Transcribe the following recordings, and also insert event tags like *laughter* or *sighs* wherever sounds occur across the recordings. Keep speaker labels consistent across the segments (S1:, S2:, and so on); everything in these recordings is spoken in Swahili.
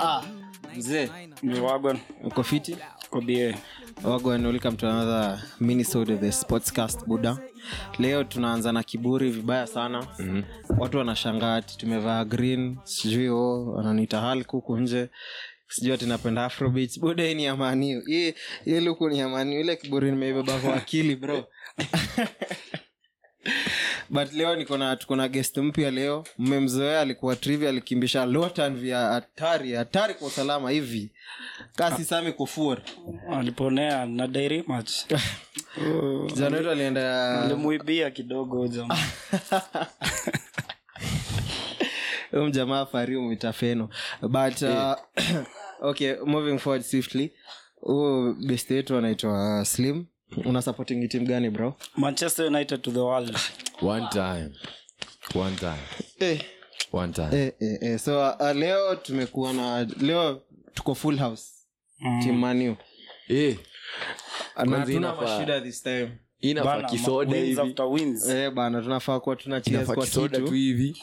S1: ah, mzee
S2: ni wagon
S1: uko fiti
S2: kobie
S1: wagwan welcome to another minisode the sportscast buda leo tunaanza na kiburi vibaya sana mm-hmm. watu wanashangaa ati tumevaa green sijui o wananiita halk huku nje sijui ati napenda afrobeats buda hii ni yamaniu hii luku ni yamaniu ile kiburi nimeibeba kwa akili bro but leo niko na tuko na guest mpya leo mmemzoea alikuwa trivia alikimbisha lotan vya hatari hatari kwa usalama hivi kasi sami kufur
S2: aliponea na dairi *laughs* match
S1: kijana wetu alienda
S2: alimuibia kidogo *laughs* jama
S1: huyu mjamaa fari umwita feno but uh, *coughs* okay moving forward swiftly huyu best yetu anaitwa uh, slim una supporting timu gani bro
S2: manchester united to the world
S3: One time. One time.
S1: eh.
S3: One time.
S1: Eh, eh, eh. so uh, leo tumekuwa na leo tuko full house mm. team manu
S3: Eh,
S1: na
S3: Kwanza
S1: tuna
S3: inafaa-
S1: mashida this time
S3: hii
S2: *laughs*
S3: inafaa
S2: Bana,
S3: kisoda
S2: wins
S3: hivi.
S2: after wins.
S1: eh, bana tunafaa kuwa tuna cheers
S3: Inafaa
S1: kwa
S3: kisoda tu
S1: kitu
S3: hivi.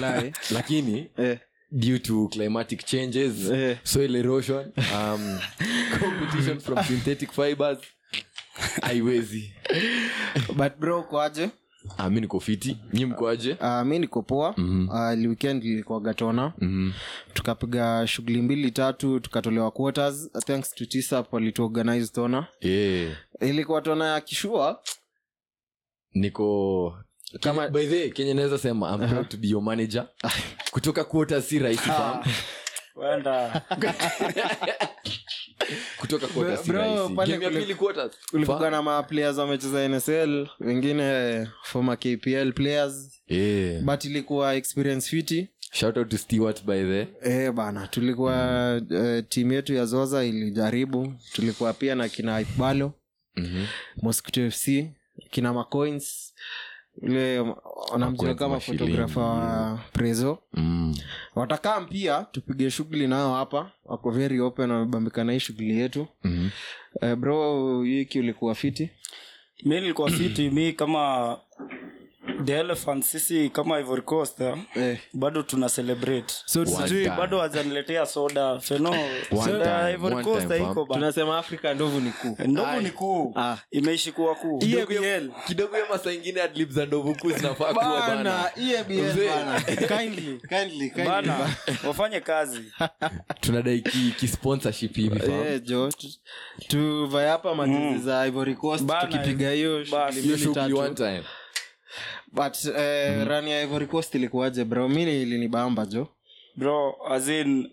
S1: Lai.
S3: *laughs* Lakini *laughs*
S1: eh.
S3: due to climatic changes,
S1: Eh.
S3: soil erosion, um, *laughs* competition from synthetic fibers, *laughs* haiwezi.
S1: but bro kwaje
S3: Ah, mi niko fiti, nyi mkoaje?
S1: uh, mi niko poa
S3: Mm.
S1: mm-hmm. uh, weekend ilikuwa gatona
S3: Mhm.
S1: tukapiga shughuli mbili tatu tukatolewa quarters thanks to tsap walituorganize tona
S3: Eh,
S1: ilikuwa tona ya kishua
S3: niko Kenya- by the way, kenye naweza sema I'm proud to be your
S1: *laughs*
S3: manager kutoka kuota si rahisi
S1: Ah.
S3: fam.
S2: *laughs* Wenda.
S3: kutoka kuota si
S1: Bro,
S3: rahisi
S1: pale
S3: game ya
S1: kule-
S3: pili quarters
S1: ulikuwa
S3: Fam.
S1: na maplayers wamecheza nsl wengine eh, former kpl players
S3: Eh.
S1: but ilikuwa experience fiti
S3: shout out to stewart by the
S1: e, bana tulikuwa mm. uh, timu yetu ya zoza ilijaribu tulikuwa pia na kina ibalo
S3: Mhm.
S1: mosquito fc kina macoins ule wanamjua
S3: Macoins
S1: kama
S3: mashilingi.
S1: fotografa wa prezo
S3: Mm.
S1: watakam pia tupige shughuli nao hapa wako very open wamebambika na hii shughuli yetu
S3: Mhm.
S1: uh, bro wiki ulikuwa fiti
S2: mi nilikuwa fiti mi kama the elephant sisi kama ivory coast eh,
S1: eh. Ah.
S2: bado tuna celebrate
S1: so
S3: Sijui,
S2: Sijui, bado wajaniletea soda feno soda ya
S3: time,
S2: ivory
S3: one
S2: coast
S3: time,
S2: haiko ba
S1: tunasema afrika ndovu ni
S3: Eh,
S1: kuu
S2: ndogo ni kuu
S1: Ah.
S2: imeishi kuwa kuu
S3: kidogo ya masa ingine adlib za ndovukuu zinafaa kuwa
S1: Bana,
S3: bana
S1: EABL
S3: Mzee.
S1: bana. Kindly, kindly, kindly. *laughs*
S2: bana wafanye kazi
S3: tunadai ki, ki sponsorship hivi fam.
S1: Eh, jo tu- tuvae hapa
S3: Mm.
S1: majizi za ivory coast
S2: Bana,
S1: tukipiga hiyo
S2: basi.
S1: shughuli
S3: Hiyo
S1: mbili
S3: shughuli
S1: tatu.
S3: one time
S1: but eh, run ya ivory coast ilikuwaje bro mi ilinibamba jo
S2: bro azin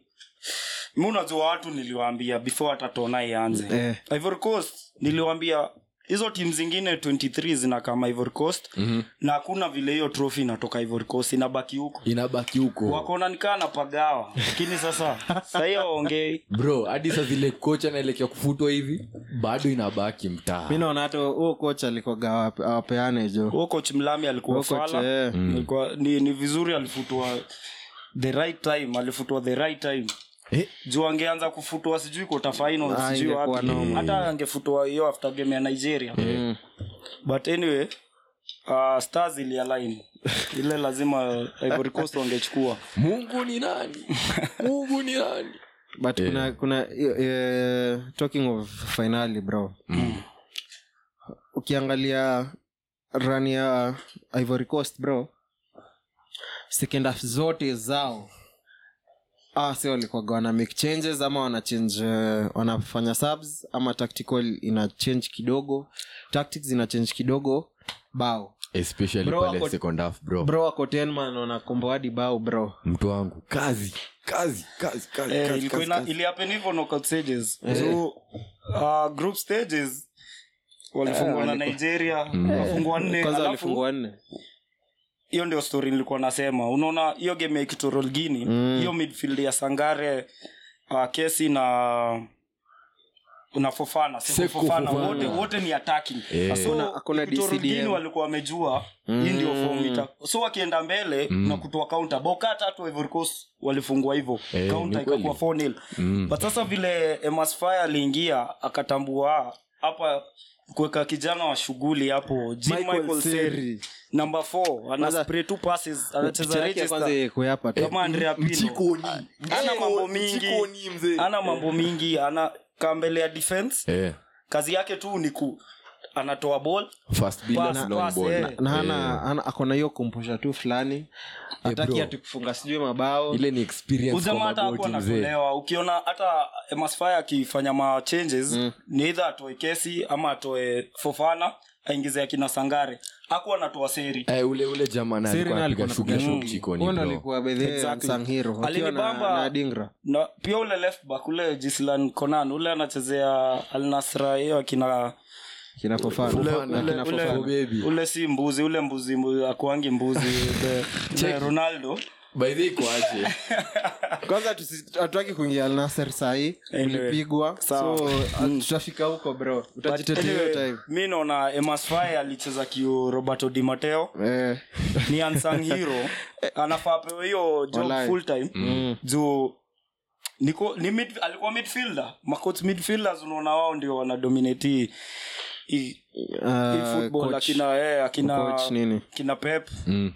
S2: mi unajua watu niliwaambia before hata tona ianze
S1: Eh.
S2: ivory coast niliwaambia hizo timu zingine 23 zina kama ivory coast
S3: Mhm.
S2: na hakuna vile hiyo trophy inatoka ivory coast inabaki huko
S3: inabaki huko
S2: wakona nikaa napagawa lakini
S1: *laughs*
S2: sasa sahii waongei
S3: bro hadi saa zile kocha naelekea kufutwa hivi bado inabaki
S1: mi
S3: mtaa
S1: naona hata huo kocha alikuwaga awape- awapeane jo
S2: huo coach mlami alikuwa
S1: Huo coach,
S2: fala
S1: eh.
S2: Alikuwa- ni, ni vizuri alifutwa the right time alifutwa the right time
S3: Eh,
S2: juu angeanza kufutwa sijui kota final
S1: Ah,
S2: sijui
S1: ingekuwa
S2: wapi
S1: noma.
S2: hata angefutwa hiyo after game ya nigeria
S1: Mm.
S2: but anyway uh, stars ilialign ile lazima uh, ivory
S1: *laughs*
S2: coast wangechukua
S3: mungu ni nani mungu ni nani
S1: but kuna kuna eh, talking of finali bro ukiangalia run ya ivory coast bro second half zote zao ah si walikuwaga wana make changes ama wana change eh, wanafanya subs ama tactical ina change kidogo tactics ina change kidogo bao
S3: especially
S1: Bro,
S3: pale
S1: wako-
S3: second half bro,
S1: bro wako tenman wanakomboa hadi bao bro
S3: mtu wangu kazi kazi kazi kazi,
S2: eh,
S3: kazi,
S2: ilikuwa
S3: kazi,
S2: ina-
S3: kazi.
S2: ilihappen hivyo knockout stages
S1: Eh.
S2: so uh, group stages walifungwa na nigeria wafungwa nne
S1: Eh, Mm. kwanza
S2: alafu-
S1: walifungua nne
S2: hiyo ndio story nilikuwa nasema unaona hiyo game ya kitorolgini mm. hiyo midfield ya sangare uh, kesi na na fofana Seko
S3: Seko
S2: fofana
S3: Fofana.
S2: wote, wote ni attacking
S3: Eh. Mm.
S2: so
S1: Hakuna- hakuna
S2: Kitorolgini
S1: DCDM.
S2: walikuwa wamejua hii ndio form ita so wakienda mbele na kutoa counter boka tatu Ivory Coast walifungwa hivyo
S3: Eh,
S2: counter
S3: ni kweli.
S2: ikakuwa
S3: Mm.
S2: 4-0 but sasa vile Emas Faye aliingia akatambua ah, hapa kuweka kijana wa shughuli hapo G.
S1: Michael
S2: Michael
S1: Seri.
S2: Seri. number four ana
S1: Kwanza-
S2: spray two passes
S1: Picha
S2: anacheza
S1: yake Eh, ya kwanza
S2: register
S1: iko hapa tu.
S2: kama Andrea Pirlo
S3: mchikoni
S2: Ana mambo mingi.
S3: mchikoni mzee
S2: ana mambo mingi ana kambele ya defense
S3: eh
S2: kazi yake tu ni ku anatoa ball
S3: fast billers,
S2: Pass,
S3: long
S2: pass,
S3: ball.
S2: eh.
S1: na
S3: Eh,
S1: hana- hana akona hiyo kumpusha tu fulani hataki
S3: bro.
S1: atukufunga sijui mabao
S3: ile ni experience kwa
S2: uzema eh. hata hakuwa
S3: magoti mzee
S2: anatolewa ukiona hata masfi akifanya ma changes
S1: Mm.
S2: ni eidha atoe kesi ama atoe fofana aingize akina sangare akuwa anatoa seri
S3: Eh, ule ule jamaa naye
S1: Siri
S3: alikuwa
S1: naye alikuwa
S3: anapiga shughuli
S1: anapiga
S3: ya
S1: shughuli.
S3: mchikoni
S1: Huyo ndo
S3: bro.
S1: alikuwa bedhe
S2: Exactly.
S1: unsung hero, akiwa na-
S2: Alinibamba-
S1: na Dingra.
S2: na pia ule left back ule jislan conan ule anachezea alnasra hiyo akina
S1: Kina Fofana.
S2: ule,
S1: Fofana,
S2: ule,
S1: kina
S2: ule,
S1: Fofana.
S3: Baby.
S2: ule si mbuzi ule mbuzi, mbuzi akuangi mbuzi the,
S1: *laughs*
S2: the ronaldo
S3: By the way, iko aje?
S2: *laughs*
S1: kwanza tusi- hatutaki kuingia alnasr sahii
S2: Anyway.
S1: ulipigwa
S2: Sawa. Mm.
S1: so tutafika huko bro
S2: But
S1: utajitetea hiyo
S2: anyway,
S1: time
S2: mi naona emasfi alicheza kiu roberto di
S1: *laughs*
S2: mateo
S1: Eh,
S2: ni unsung hero anafaa apewe hiyo job
S1: Walai.
S2: full time
S1: Mm.
S2: juu niko ni mid, alikuwa midfielder macoach midfielders unaona wao ndio wanadominate hii- hii hii
S1: ah,
S2: football
S1: coach-
S2: akina eh, akina
S1: coach nini?
S2: kina pep
S3: Mm.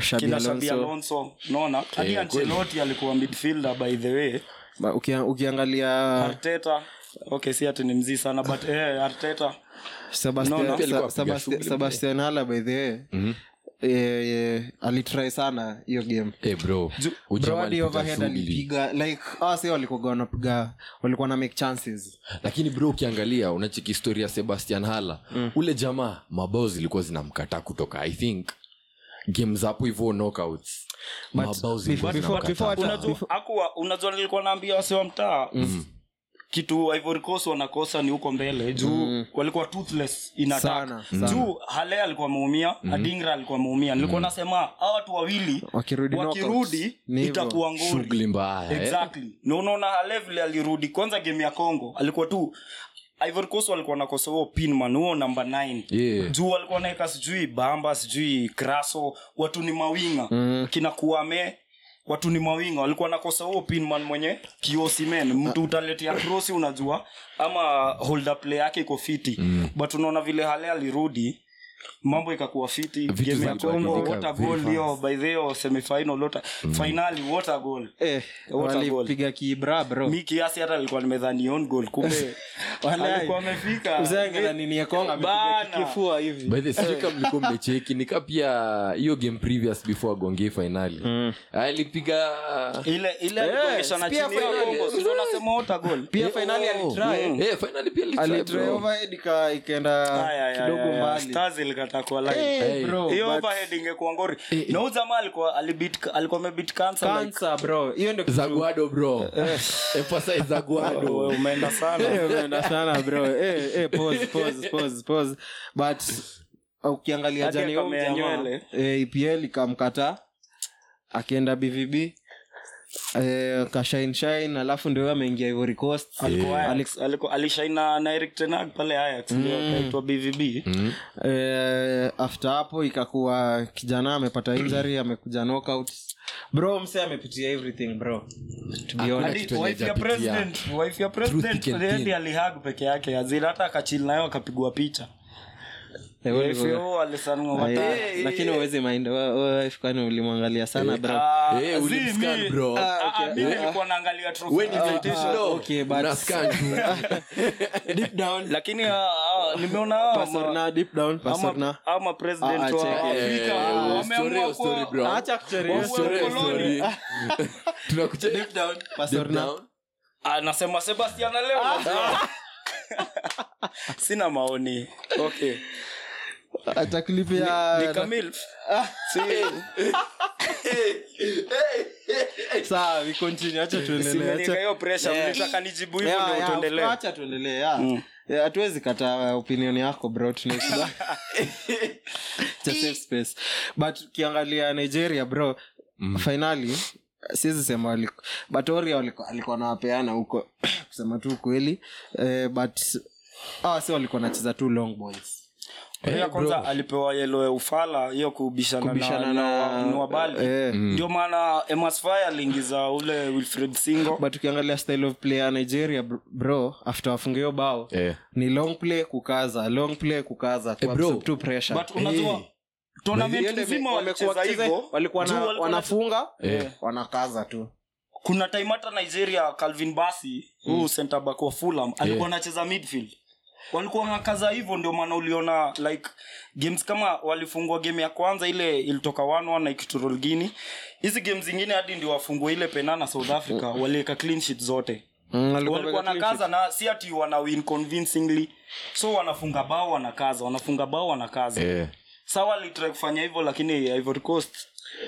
S1: Xabi
S2: kina
S1: Alonso.
S2: shabi alonso unaona hadi
S3: Eh, kweli.
S2: ancelotti alikuwa midfielder by the way
S1: Ba- ukia-
S2: Ah.
S1: ukiangalia
S2: arteta okay si ati ni mzii sana but eh, arteta
S1: Sebastian-
S2: No, no.
S1: Sa-
S3: Alikuwa apiga
S1: Sebastian-
S3: shughuli.
S1: sebastian hala by the way
S3: mm.
S1: Eh, eh, alitry sana hiyo game
S3: Eh, bro. Huyu jamaa
S1: Brody
S3: alipiga
S1: overhead
S3: shughuli.
S1: alipiga like hawa si walikuwa wanapiga walikuwa na make chances
S3: lakini bro ukiangalia unacheki historia ya sebastian hala
S2: Mm.
S3: ule jamaa mabao zilikuwa zinamkataa kutoka i think games hapo hivo knockouts mabao zilikuwa
S1: before- before-
S3: zinamkataa
S1: before-
S2: unajua akuwa- unajua nilikuwa naambia wase wa mtaa kitu ivory coast wanakosa ni huko mbele juu walikuwa toothless in attack.
S1: Mhm. Sana, sana.
S2: juu hale alikuwa ameumia adingra alikuwa ameumia nilikuwa nasema hawa watu wawili
S1: Wakirudi knockouts.
S2: wakirudi
S1: Ni hivyo.
S2: itakuwa ngori
S3: shughuli mbaya eh?
S2: exactly na unaona hale vile alirudi kwanza game ya congo alikuwa tu ivory coast walikuwa nakosa huo pinman huo namba 9
S3: Yeah.
S2: juu walikuwa naeka sijui bamba sijui kraso watu ni mawinga mm. kina kuame watu ni mawinga walikuwa nakosa huo pinman mwenye kiosimen mtu utaletea krosi unajua ama holder play yake iko fiti mm. but unaona vile hale alirudi mambo ikakuwa fiti
S3: Vitu
S2: game ya
S3: zilikuwa
S2: kongo
S3: zinakaa
S2: water
S3: very
S2: goal
S3: fast. Mm.
S2: hiyo by the way, semifinal water finali water goal
S1: eh,
S2: What a goal.
S1: walipiga kibra bro
S2: mi kiasi hata alikuwa nimedhani on goal
S1: *laughs*
S2: kumbe
S1: Walai.
S2: alikuwa amefika
S1: Usiangalia nini ya Kongo, amepiga
S2: Bana.
S1: kifua hivi
S3: By the way, sijui kama mlikuwa mmecheki nika pia hiyo game previous before agongee fainali alipiga
S2: ile ile alikuonyeshana
S1: pia
S2: chini ya
S1: finali.
S2: Kongo, si ndio unasema water goal mm.
S1: pia finali alitry
S3: Eh, finali pia alitry,
S1: alitry
S3: bro.
S1: overhead ika- ikaenda
S2: Aya, aya,
S1: kidogo
S2: aya, aya.
S1: mbali
S2: Stars ilikataa kwa line.
S1: Eh, bro,
S2: Hiyo
S1: but- Eh,
S2: overhead ingekuwa ngori na huyu jamaa alikuwa alibit alikuwa amebit cancer, like,
S1: Cancer, bro hiyo ndio kitu- *laughs*
S3: zaguado bro emphasize zaguado
S2: wewe umeenda sana
S1: Eh, umeenda sana bro Eh, eh, pause, pause, pause, pause. but uh, ukiangalia
S2: Hadi
S1: jani huyu
S2: akamea
S1: jamaa,
S2: nywele.
S1: eh, epl ikamkataa akienda bvb eh, kashineshin alafu ndio huyo ameingia ivory coast
S2: Alikuwa Ajax, alikuwa- alishaina na Eric Ten Hag pale Ajax ndio
S1: Mm.
S2: akaitwa BVB
S3: Mm.
S1: eh, after hapo ikakuwa kijana amepata injury amekuja knockout bro mse amepitia everything bro to be honest.
S2: Hadi
S3: kitu yenye
S2: wife ya
S3: hajapitia.
S2: president wife ya
S3: Truth
S2: president
S3: and thin.
S2: ndiye alihag peke yake azira hata akachili nayo akapigwa picha Ah,
S1: Eh, wewe-
S2: FAO alisanwa watatu.
S1: Eh, lakini uwezi mind wewe- wewe wife kwani ulimwangalia sana bro
S2: Ah,
S3: Eh,
S2: zi,
S3: ulimscan,
S2: mi-
S3: bro.
S2: ah, ah,
S1: okay.
S2: mi nilikuwa naangalia trophy
S3: When is it
S1: ah,
S3: slow?
S1: okay, but-
S3: Unascan tu.
S1: *laughs* deep down
S2: lakini ah, ah, nimeona hawa ma-
S1: Pasorna, deep down, Pasorna.
S2: ama- ama president
S1: Ah,
S2: wa
S1: check.
S2: Afrika,
S3: Eh,
S2: ah,
S3: story,
S2: wameamua
S3: story,
S2: kuwa-
S3: bro. Eh,
S1: Acha kuchoreo.
S2: Wawe
S3: Story,
S2: wakoloni.
S3: *laughs* story. Tunakucheki. Deep
S1: Pasorna.
S3: down.
S2: Ah, nasema sebastian leo *laughs* sina maoni okay.
S1: Acha kulipia-
S2: ni kamil
S1: Ah.
S2: Si-
S1: Sawa, we continue, acha tuendelee,
S2: simenieka
S1: acha-
S2: hiyo presha
S1: Yeah.
S2: mlitaka nijibu hivyo
S1: Yeah,
S2: ndio Mm.
S1: yeah,
S2: tuendelee
S1: acha tuendelee, yeah. Yeah, hatuwezi kataa opinion yako bro
S2: *laughs*
S1: tunaikuba It's a safe space. but ukiangalia nigeria bro
S2: Mm.
S1: finally uh, siwezi sema waliku- but Oria waliku- alikuwa nawapeana huko *coughs* ah, kusema tu ukweli eh, but awa si walikuwa nacheza tu long balls
S2: ya kwanza alipewa yelo ya ufala hiyo kubishana
S1: Kubishana
S2: na, na,
S1: na-
S2: na wabali
S1: eh.
S2: ndio maana emasfi aliingiza ule wilfred singo
S1: Oh. but ukiangalia style of play ya nigeria br- bro after wafungio bao
S3: Eh.
S1: ni long play kukaza long play kukaza
S3: Eh, bro.
S1: kuabsorb tu pressure
S2: but unajua
S1: Hiyo
S2: tournament
S1: ndio
S2: nzima
S1: ime- wamekuwa
S2: walicheza
S1: wakicheza-
S2: hivyo
S1: walikuwa na-
S2: Juu walikuwa na-
S1: wanafunga
S3: Eh.
S1: wanakaza tu
S2: kuna time hata nigeria calvin basi
S1: Mm.
S2: huu center back wa fulham alikuwa anacheza midfield walikuwa ngakaza hivyo ndio maana uliona like games kama walifungua game ya kwanza ile ilitoka 1-1 na ikiturul guini hizi game zingine hadi ndio wafungua ile penana south africa waliweka clean sheet zote
S1: Mm, walikuwa
S2: walikuwa
S1: wameweka clean
S2: wanakaza na si ati wana win convincingly so wanafunga bao wanakaza wanafunga bao wanakaza
S3: Eh.
S2: sa walitry kufanya hivyo lakini ivory coast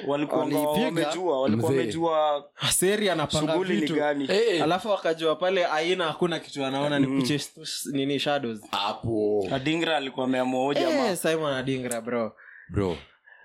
S2: walikuwa nga-
S1: Waliipiga,
S2: wamejua walikuwa
S3: mzee.
S2: wamejua
S1: sheet. seri anapanga
S2: shughuli ni
S1: vitu
S2: gani
S3: Eh.
S1: alafu wakajua pale aina hakuna kitu anaona ni
S2: Mm-hmm.
S1: kuchase tu s- nini shadows
S3: hapo
S2: adingra alikuwa ameamua huyu jamaa
S1: Eh, simon adingra bro
S3: bro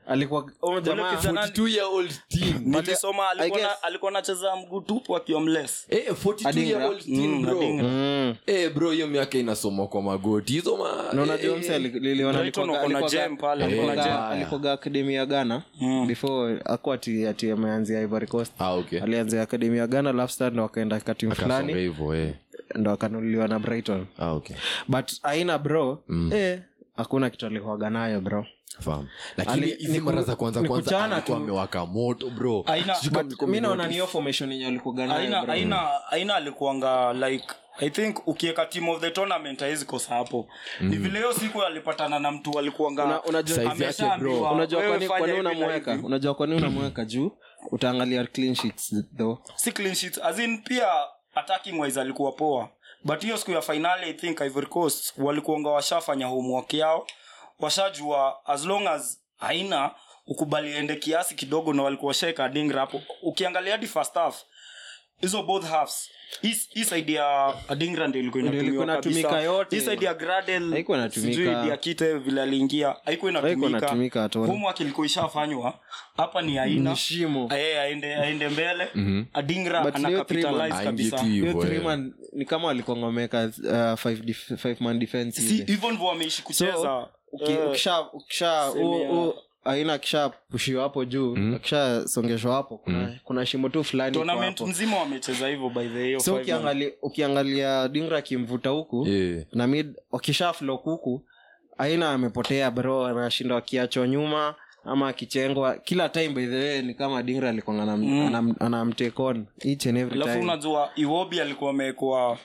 S1: alikuwa huyo jamaa
S2: kijana- Nani?
S3: 42 year old teen
S2: nilisoma alikuwa
S1: Eh, I guess-
S2: na- alikuwa anacheza mguu tupu akiwa mles
S3: *laughs* eh 42 year old teen
S2: Mm,
S3: bro
S2: Adingra.
S1: Mm.
S3: eh bro hiyo miaka inasoma kwa magoti hizo ma
S1: na
S3: eh,
S1: unajua mse
S3: eh,
S1: ali- liliona
S2: Brighton
S1: alikuwaga-
S2: wako na
S1: alikuwaga-
S2: gem pale,
S1: alikuwaga-
S2: wako na gem.
S1: alikuwaga akademi ya ghana
S2: Mm.
S1: before akuwa ati ati ameanzia ivory coast
S3: ah okay
S1: alianzia akademi ya ghana alafu sasa ndo akaenda katimu
S3: kasonga
S1: fulani
S3: hivyo eh
S1: ndo akanunuliwa na brighton
S3: ah okay
S1: but aina bro
S3: Mm.
S1: eh, hakuna kitu alikuwaga nayo bro
S3: fahamu lakini
S1: Ali-
S3: hizi
S1: ni ku-
S3: mara za kwanza
S1: ni
S3: kwanza
S1: kuchana
S3: alikuwa
S1: tu.
S3: amewaka moto bro
S2: Aina-
S3: Sijui kama mlikuwa
S1: mi naona
S3: mmenotice.
S1: niyo formation yenye alikuwaga nayo
S2: aina
S1: bro.
S2: aina aina alikuanga like i think ukiweka team of the tournament haizi kosa hapo
S3: Mm.
S2: ni vile hiyo siku alipatana na mtu alikuanga
S1: Una- unajua-
S3: Size yake, bro.
S2: ameshaambiwa,
S1: unajua
S2: wewe
S1: kwani
S2: fanya
S1: kwani
S2: hivi na
S1: unamweka
S2: hivi.
S1: unajua kwani unamweka juu utaangalia clean sheets though
S2: si clean sheets as in pia attacking wise alikuwa poa but hiyo siku ya finali i think ivory coast walikuanga washafanya homework yao washajua as long as haina ukubali ende kiasi kidogo na walikuwa washaeka dingra hapo ukiangalia hadi first half hizo both halves Hii- hii side ya adingra ndio ilikuwa
S1: Ndio ilikuwa
S2: inatumiwa
S1: inatumika
S2: kabisa.
S1: yote.
S2: Hii side ya Gradel,
S1: Haikuwa inatumika.
S2: sijui Diakite vile aliingia haikuwa
S1: Haikuwa inatumika
S2: inatumika
S1: at all.
S2: homework ilikuwa ishafanywa hapa ni aina
S1: ni shimo
S2: Eh, aende aende mbele
S3: Mhm.
S2: adingra
S1: But
S2: ana
S1: leo three
S2: capitalize
S3: man.
S2: kabisa
S3: Aingie
S1: Hiyo
S3: tu Hivyo,
S1: three
S3: eh.
S1: man ni kama walikuangomeka uh, five, def- five man defense
S2: si
S1: ile.
S2: hivyo ndivyo wameishi kucheza
S1: Uki-
S2: Eh,
S1: ukisha- ukisha-
S2: semi
S1: u-
S2: ya-
S1: u- aina akishapushiwa hapo juu akishasongeshwa hapo kuna, kuna shimo tu fulani iko
S2: tournament
S1: hapo.
S2: mzima wamecheza hivyo by the way, hiyo
S1: so
S2: five man.
S1: ukiangalia, ukiangalia dingra akimvuta huku
S3: Eh,
S1: na mid wakishaflok huku aina amepotea bro anashinda wakiachwa nyuma ama akichengwa kila time by the way ni kama dingra alikuwa anam- anam- anamtake on each and every
S2: Mm. alafu
S1: time
S2: unajua iwobi alikuwa amewekwa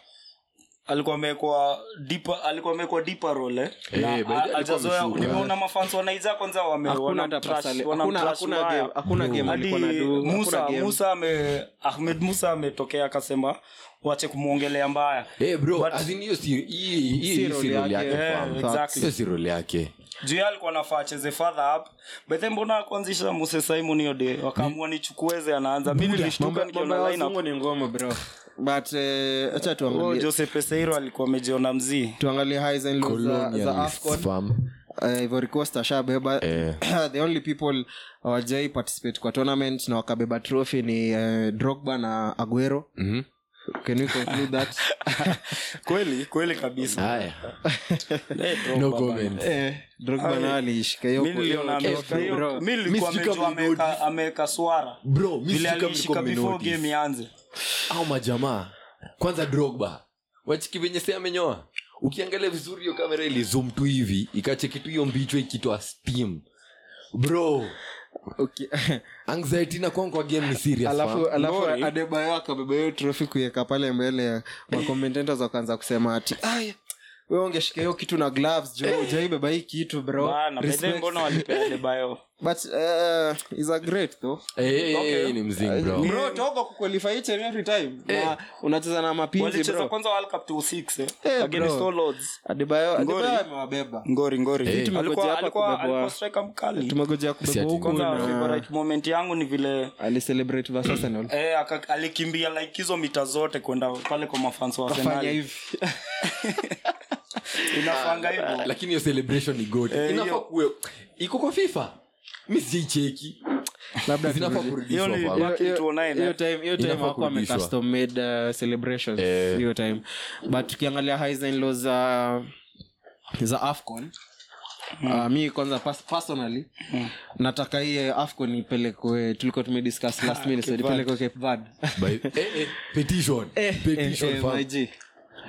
S2: alikuwa amewekwa deeper alikuwa amewekwa deeper role eh.
S3: Eh,
S2: Na
S3: by the way, alikuwa
S2: hajazoea
S3: ameshuka.
S2: nimeona mafans wanaiza kwanza wame-
S1: hakuna hata
S2: wanamtrash-
S1: pasali hakuna
S2: wanamtrash
S1: hakuna
S2: vibaya.
S1: game hakuna game
S2: hadi
S1: alikuwa na do
S2: musa
S1: hakuna game.
S2: musa ame ahmed musa ametokea akasema wache kumwongelea mbaya
S3: eh, bro
S2: But-
S3: as in hiyo si- hii- hii- hii
S1: role
S3: si role
S1: yake,
S3: yake
S2: eh,
S3: fahamu.
S2: exactly.
S3: Hiyo si role yake
S2: juu yeye alikuwa nafaa acheze further up bethe mbona kuanzisha muse simon hiyo de wakaamua nichukueze anaanza mimi nilishtuka nikiona lineup
S1: ni ngoma bro but eh, acha
S2: oh,
S1: tuangalie
S2: jose peseiro alikuwa amejiona mzii
S1: tuangalie highs and lows za, za
S3: Colonialist,
S1: afcon
S3: fahamu.
S1: Eh, ivory coast ashabeba
S3: Eh.
S1: *coughs* the only people hawajai participate kwa tournament na wakabeba trophy ni eh, drogba na aguero
S2: Mm-hmm.
S3: Mhm.
S1: can we conclude that
S2: kweli kweli *laughs* kabisa
S3: Haya.
S2: Eh,
S1: Oh,
S3: No
S2: Drogba,
S3: comment.
S2: bana.
S1: eh, drogba na aliishika hiyo
S2: Mi niliona
S1: hiyo-
S2: ameshika
S1: hiyo-
S2: hiyo-
S1: bro.
S2: mi nilikuwa
S3: Mi sijui
S2: amejua
S3: kama
S2: ameweka-
S3: mmenotice.
S2: ameweka swara
S3: Bro, mi sijui
S2: vile
S3: kama mlikuwa
S2: alishika before
S3: mmenotice.
S2: game ianze
S3: au majamaa kwanza drogba wachiki venye se amenyoa ukiangalia vizuri hiyo kamera ilizum tu hivi ikacheki tu hiyo mbichwa ikitoa steam bro
S1: Okay.
S3: anxiety na kwangu kwa game ni serious
S1: alafu
S3: fam.
S1: alafu
S2: Ngori.
S1: adebayo akabeba hiyo trophy kuiweka pale mbele ya makomentators wakaanza kusema ati "Ay, wewe ungeshika hiyo kitu na gloves jo ujaibeba hii kitu bro
S2: bana bethe
S1: Respect."
S2: mbona walipea debayo
S1: but uh, is a great though
S3: Eh, eh, eh,
S2: Okay.
S3: ni mzingi bro
S1: bro togo kuqualify each and every time na unacheza na mapinzi
S2: walicheza
S1: bro
S2: kwanza world cup 2-6, eh,
S1: Eh,
S2: against
S1: bro.
S2: all odds
S1: adebayo
S2: Ngori.
S1: adebayo amewabeba
S2: ngori ngori
S1: tumegojea
S2: alikuwa
S1: hapa
S2: alikuwa
S1: kubebwa.
S2: alikuwa striker mkali
S1: tumegojea
S3: Si
S1: kubeba
S3: ati
S1: huku
S2: kwanza
S1: na-
S2: favorite moment yangu ni vile
S1: alicelebrate versus Arsenal.
S2: Eh, aka- alikimbia like hizo mita zote kwenda pale kwa mafans wa
S1: Kafanya
S2: Arsenali.
S1: hivi
S2: inafanga hivyo
S3: lakini hiyo celebration ni good
S2: Eh,
S3: inafaa
S2: hiyo-
S3: kuwe iko kwa fifa mi sijaicheki
S1: labda
S3: zinafaa
S1: turudi.
S3: kurudishwa
S2: Hiyo ni-
S3: fam.
S2: hiyo-
S1: Hiyo-
S2: 209,
S1: hiyo
S2: eh?
S1: time- hiyo time
S3: Inafaa
S1: hawakuwa
S3: kurudishwa.
S1: wamecustom made, uh, celebrations
S3: Eh.
S1: hiyo time but tukiangalia highs and lows za za afcon uh, mi kwanza pas- personally nataka hiye afcon ipelekwe tulikuwa tumediscuss last minute ipelekwe *laughs* cape verde
S3: By- eh, eh, petition.
S1: Eh,
S3: Petition
S1: eh,
S3: fam.
S1: my G.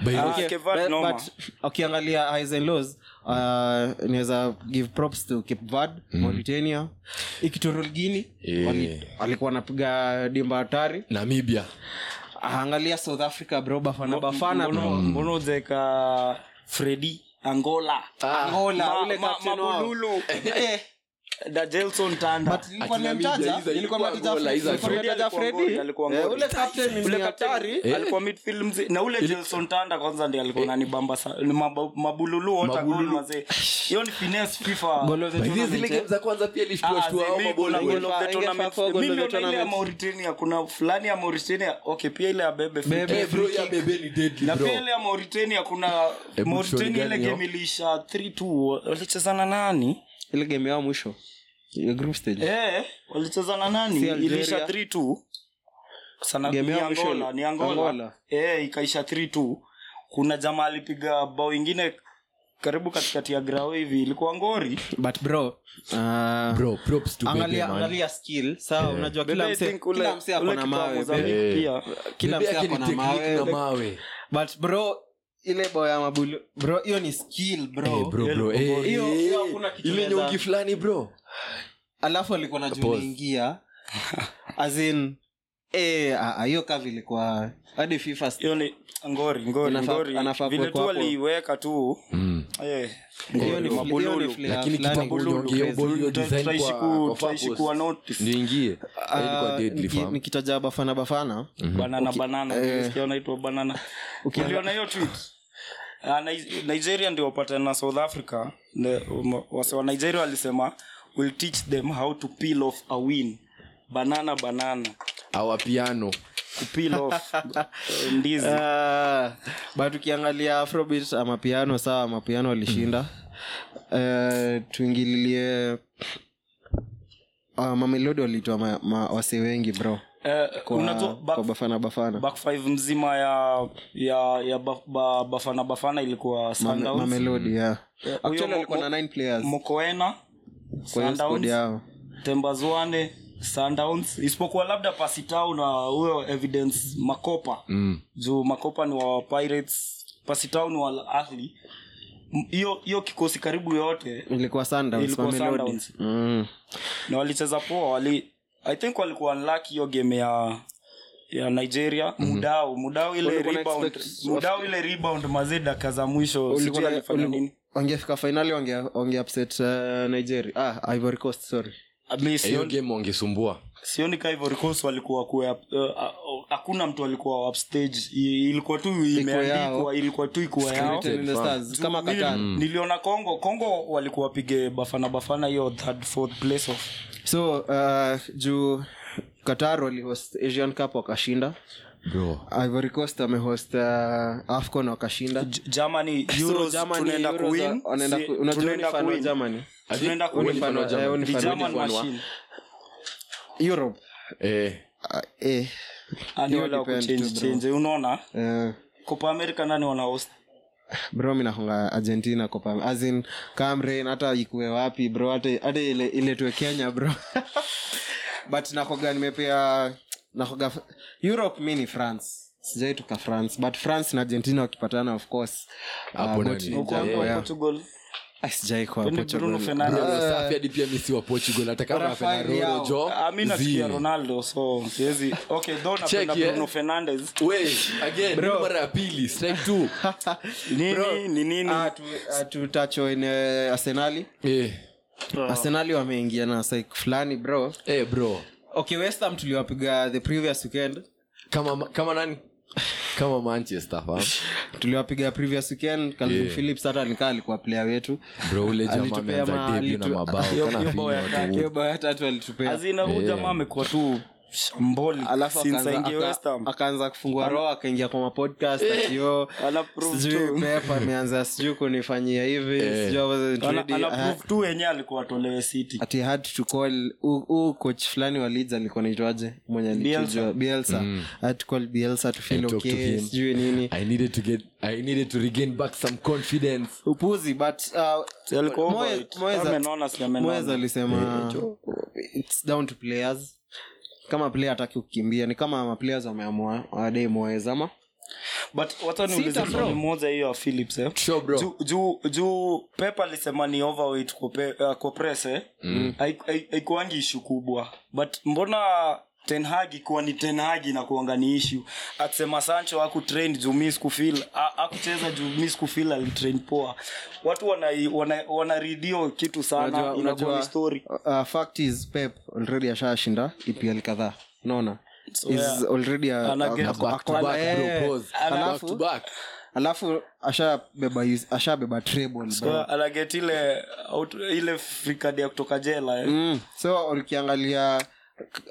S3: By-
S2: Ah,
S1: Okay,
S2: Cape Verde
S1: but-
S2: noma.
S1: but ukiangalia highs and lows uh, niweza give props to cape verde mauritania ikitorol guini
S3: Yeah.
S1: alikuwa anapiga dimba hatari
S3: namibia
S1: angalia south africa brobafana bafana bro.
S2: mbono zeka fredi angola
S1: Ah. Angola,
S2: Ah, Ma-
S1: ule
S2: ma-
S1: captain wao.
S2: mabululu
S1: *laughs* Eh,
S2: da jelson tanda
S1: but nilikuwa
S3: Akina
S1: nimemtaja,
S3: Mija, Isa,
S1: nilikuwa
S3: ilikuwa
S1: nimemtaja
S3: Angola, Isa,
S1: Fred-
S2: Fredi
S1: nimemtaja
S2: alikuwa
S1: Fred.
S2: Angola, alikuwa
S1: Eh,
S2: Angola.
S1: ule captain ni
S2: Ule captain
S1: hatari
S2: alikuwa midfield mzee na ule jelson tanda kwanza ndi alikuwa nanibamba sa- ni maba- mabululu wote gol mazee hiyo ni finesse fifa
S1: Golo zetu
S3: By the way, zile
S1: tunamite-
S3: game za kwanza pia
S2: Ah,
S3: ilishtua shtua
S2: zee,
S3: hao
S2: mi kuna
S3: mabola
S1: goal
S3: wenyewe.
S2: goal of the
S1: Ingefa-
S2: tournament.
S1: ingefaa
S2: Mi
S1: goal of the
S2: niliona ile ya
S1: tournament.
S2: mauritania kuna fulani ya mauritania okay pia ile ya bebe free
S1: Bebe.
S3: Eh, bro, ya bebe ni deadly,
S2: na
S3: bro.
S2: pia ile ya mauritania kuna
S3: Ebu tuone
S2: mauritania ile
S3: gani, yo.
S2: game iliisha 3-2 walichezana nani
S1: ile game yao mwisho ya group stage
S2: Eh, walicheza na nani
S1: Si Algeria.
S2: iliisha 3-2. Sana-
S1: Game
S2: ni
S1: yao mwisho
S2: Angola, ni Angola.
S1: Angola.
S2: Eh, ikaisha 3-2. kuna jamaa alipiga bao ingine karibu katikati ya grao hivi ilikuwa ngori
S1: but bro uh,
S3: Bro, props to
S1: angalia
S3: Bebe, man.
S1: angalia skill sawa unajua kila
S2: Bebe, I
S1: mse
S2: think ule-
S1: kila mse ako
S2: ule
S1: na
S2: kipa wa
S1: mawe
S2: Mozambique
S1: bro.
S3: Eh.
S2: pia.
S1: kila
S3: Bebe
S1: mse
S3: yake
S1: ako
S3: ni
S1: na
S3: technique na
S1: mawe
S3: mawe.
S1: but bro ile bao ya mabulu bro hiyo ni skill bro,
S3: Eh, bro, bro, eh,
S1: Hiyo-
S3: eh,
S1: hiyo hakuna kitu
S3: ile
S1: inaweza-
S3: nyongi fulani bro
S1: alafu alikuwa na juu
S3: Pause.
S1: naingia *laughs* as in eh, ah, ah, hiyo kavi ilikuwa hadi fifa st-
S2: hiyo ni ngori ngori
S1: Anafaa-
S2: ngori
S1: anafaa
S2: vile tu
S1: kuwekwa hapo.
S2: waliweka tu
S3: Mm.
S2: eh,
S1: hiyo ni fl-
S2: ngori
S1: hiyo ni
S2: mabululu
S1: flair
S3: lakini
S1: fulani.
S3: kitambo nyongi ya ball hiyo
S2: Tuta-
S3: design
S2: tutaishi
S3: kwa-
S2: ku-
S3: kwa
S2: tutaishi
S3: purpose.
S2: kuwa notice.
S3: Ndio ingie.
S1: Ah,
S3: Eh, ilikuwa deadly,
S1: niki-
S3: fam.
S1: nikitaja bafana bafana
S2: banana banana
S1: eh.
S2: Ukisikia wanaitwa banana ukiona hiyo tweet Ah, Ni- nigeria ndio wapatana na south africa Ne- um, wase wa nigeria walisema will teach them how to peel off a win banana banana
S3: Our piano.
S2: kupeel
S1: *laughs*
S2: off eh, ndizi
S1: Ah, but ukiangalia afrobit amapiano sawa amapiano alishinda
S3: Mm.
S1: Eh, tuingililie uh, mamelodi walitoa ma, ma, wase wengi bro
S2: Eh,
S1: kwa,
S2: unajua back-
S1: kwa bafana bafana
S2: back five mzima ya ya ya ba, ba, bafana bafana ilikuwa
S1: Mame-
S2: Sundowns,
S1: mamelodi yeah.
S2: Eh, huyo
S1: actually
S2: Mo-
S1: alikuwa na
S2: Mo-
S1: 9 players
S2: mokoena
S1: kwa hiyo squad
S2: Sundowns,
S1: yao
S2: tembazwane sundowns isipokuwa labda pasitau na huyo evidence makopa mm. juu makopa ni wa pirates pasitau ni wa ahli M- hiyo hiyo kikosi karibu yote
S1: ilikuwa Sundowns,
S2: Ilikuwa
S1: mamelodi
S2: Sundowns.
S1: mm.
S2: na walicheza poa wali i think walikuwa unlucky hiyo game ya ya nigeria
S3: Mhm.
S2: mudau mudau ile
S1: Walikuwa na
S2: rebound
S1: expect-
S2: mudau ile rebound mazee dakika za mwisho
S1: Ulikuwa
S2: sijui
S1: na-
S2: alifanya
S1: uliku-
S2: nini
S1: wangefika fainali wange, wange upset uh, nigeria ah, ivory coast sorry
S2: Mi
S3: Eh, hiyo
S2: sioni-
S3: game wangesumbua
S2: sioni ka Ivory Coast walikuwa kuwa uh, uh, hakuna mtu alikuwa upstage I- ilikuwa tu
S1: yao.
S2: imeandikwa ilikuwa tu ikuwa yao
S1: United in the Stars, kama
S2: Nili-
S1: Qatar. Mm.
S2: niliona congo congo walikuwa wapige bafana bafana hiyo third fourth place off
S1: so uh, juu qatar walihost asian cup wakashinda
S3: bro
S1: ivory coast amehost uh, afcon wakashinda
S2: J- germany
S1: So,
S2: euros
S1: Germany,
S2: tunaenda
S1: Euros
S2: kuwin
S1: wa- wanaenda
S2: Si-
S1: ku- unajua ni
S2: tunaenda
S1: fan wa
S2: kuwin.
S1: Germany?
S2: tunaenda
S3: Hadi-
S2: kuwin
S3: Ni fan wa
S1: Eh,
S3: Germany.
S1: huyu ni
S2: Ni
S1: fan wa
S2: German
S3: Germany fan wa-
S2: machine.
S1: europe
S3: Eh,
S1: ah, eh,
S2: Ah, ni
S1: hiyo
S2: wale wa
S1: depend
S2: kuchange-
S1: tu, bro.
S2: change. unaona
S1: eh,
S2: copa america nani wana host
S1: bro minahonga argentina kopa azin kamren hata ikue wapi bro hata hata ile, ile tue kenya bro *laughs* but nakoga nimepea nakoga europe mi ni france sijai tuka france but france na argentina wakipatana of course Ah,
S3: Hapo
S1: but
S3: nani?
S1: ni
S2: Uko-
S1: ja-
S2: uko
S1: yeah.
S2: portugal
S1: Ah, sijai kwa
S2: Twende
S1: Portugal.
S2: Bruno
S3: bro,
S2: Fernandes.
S3: safi hadi pia misi wa portugal hata kama
S1: Ah. Rafael
S3: afena Roro
S1: Leao.
S3: jo,
S2: Ah, mi
S3: zi.
S2: nasikia ronaldo so siwezi okay though napenda
S3: Check, yeah.
S2: bruno fernandes
S3: We, again, hii mara ya pili strike two.
S1: *laughs*
S2: nini ni nini
S1: Ah, tu- ah, tutacho in eh, arsenali
S3: Eh,
S2: Oh.
S1: arsenali wameingia na psych fulani bro
S3: eh, bro
S1: okay westham tuliwapiga the previous weekend
S3: kama ma- kama nani kama manchester fam.
S1: tuliwapiga previous weekend calvin
S3: Yeah.
S1: phillips hata alikaa alikuwa player wetu
S3: bro ule jamaa
S1: Alitupea
S3: ameanza
S1: ma-
S3: debut
S1: *laughs*
S3: na
S1: alitu-
S3: mabao
S2: Yo- yo
S3: Kana finya
S2: boy
S3: watu.
S2: attack.
S1: hiyo bao ya tatu alitupea
S2: azina huu jamaa amekuwa tu Shamboli,
S1: alafu
S2: since
S1: akaanza-
S2: aingie
S1: aka-
S2: West Ham.
S1: akaanza kufungua roho akaingia kwa mapodcast
S2: Eh,
S1: akio
S2: Ana prove tu.
S1: sijui pepa ameanza sijui kunifanyia hivi
S3: Eh.
S1: sijui I wasn't
S2: Ana-
S1: ready.
S2: ana
S1: I-
S2: prove tu wenyewe alikuwa atolewe city
S1: ati I had to call huu- huu coach fulani wa Leeds alikuwa naitwaje mwenye
S2: Bielsa.
S1: alikijua bielsa I had to call bielsa to
S3: I
S1: feel
S3: talked Mm. to
S1: okay
S3: him.
S1: sijui nini
S3: i needed to get i needed to regain back some confidence
S1: upuzi but uh,
S2: So alikuwa over
S1: Moyes-
S2: it.
S1: Moyes-
S2: Kama amenona, si amenona.
S1: moyes alisema its down to players kama player hataki kukimbia ni kama maplayers wameamua wadei moyes ama
S2: but wacha niulize
S1: Sita, bro.
S2: swali moja hiyo ya philips eh?
S3: sure bro
S2: juu juu juu pep alisema ni overweight kwa pe- uh, kwa press eh Haiku- hai- haikuangi ishu kubwa but mbona tenhagi kuwa ni tenhagi na kuanga ni ishu akisema sancho akutrain juu mi sikufil a- akucheza juu mi sikufil alitrain poa watu wanai- wana- wanaridio wana kitu sana
S1: Unajua-
S2: inakuwa
S1: unajua-
S2: ni story
S1: uh, fact is pep already ashashinda epl kadhaa unaona Is
S2: yeah.
S1: already a-
S2: Ana
S1: a-
S2: get
S3: Na
S1: ako-
S3: back to
S1: ako-
S3: back,
S1: eh,
S3: bro, pause. Back to
S1: alafu-
S3: back.
S1: alafu ashabeba us- ashabeba treble, bro.
S2: so anaget ile out- ile frikadia kutoka jela eh.
S1: Mm. so ukiangalia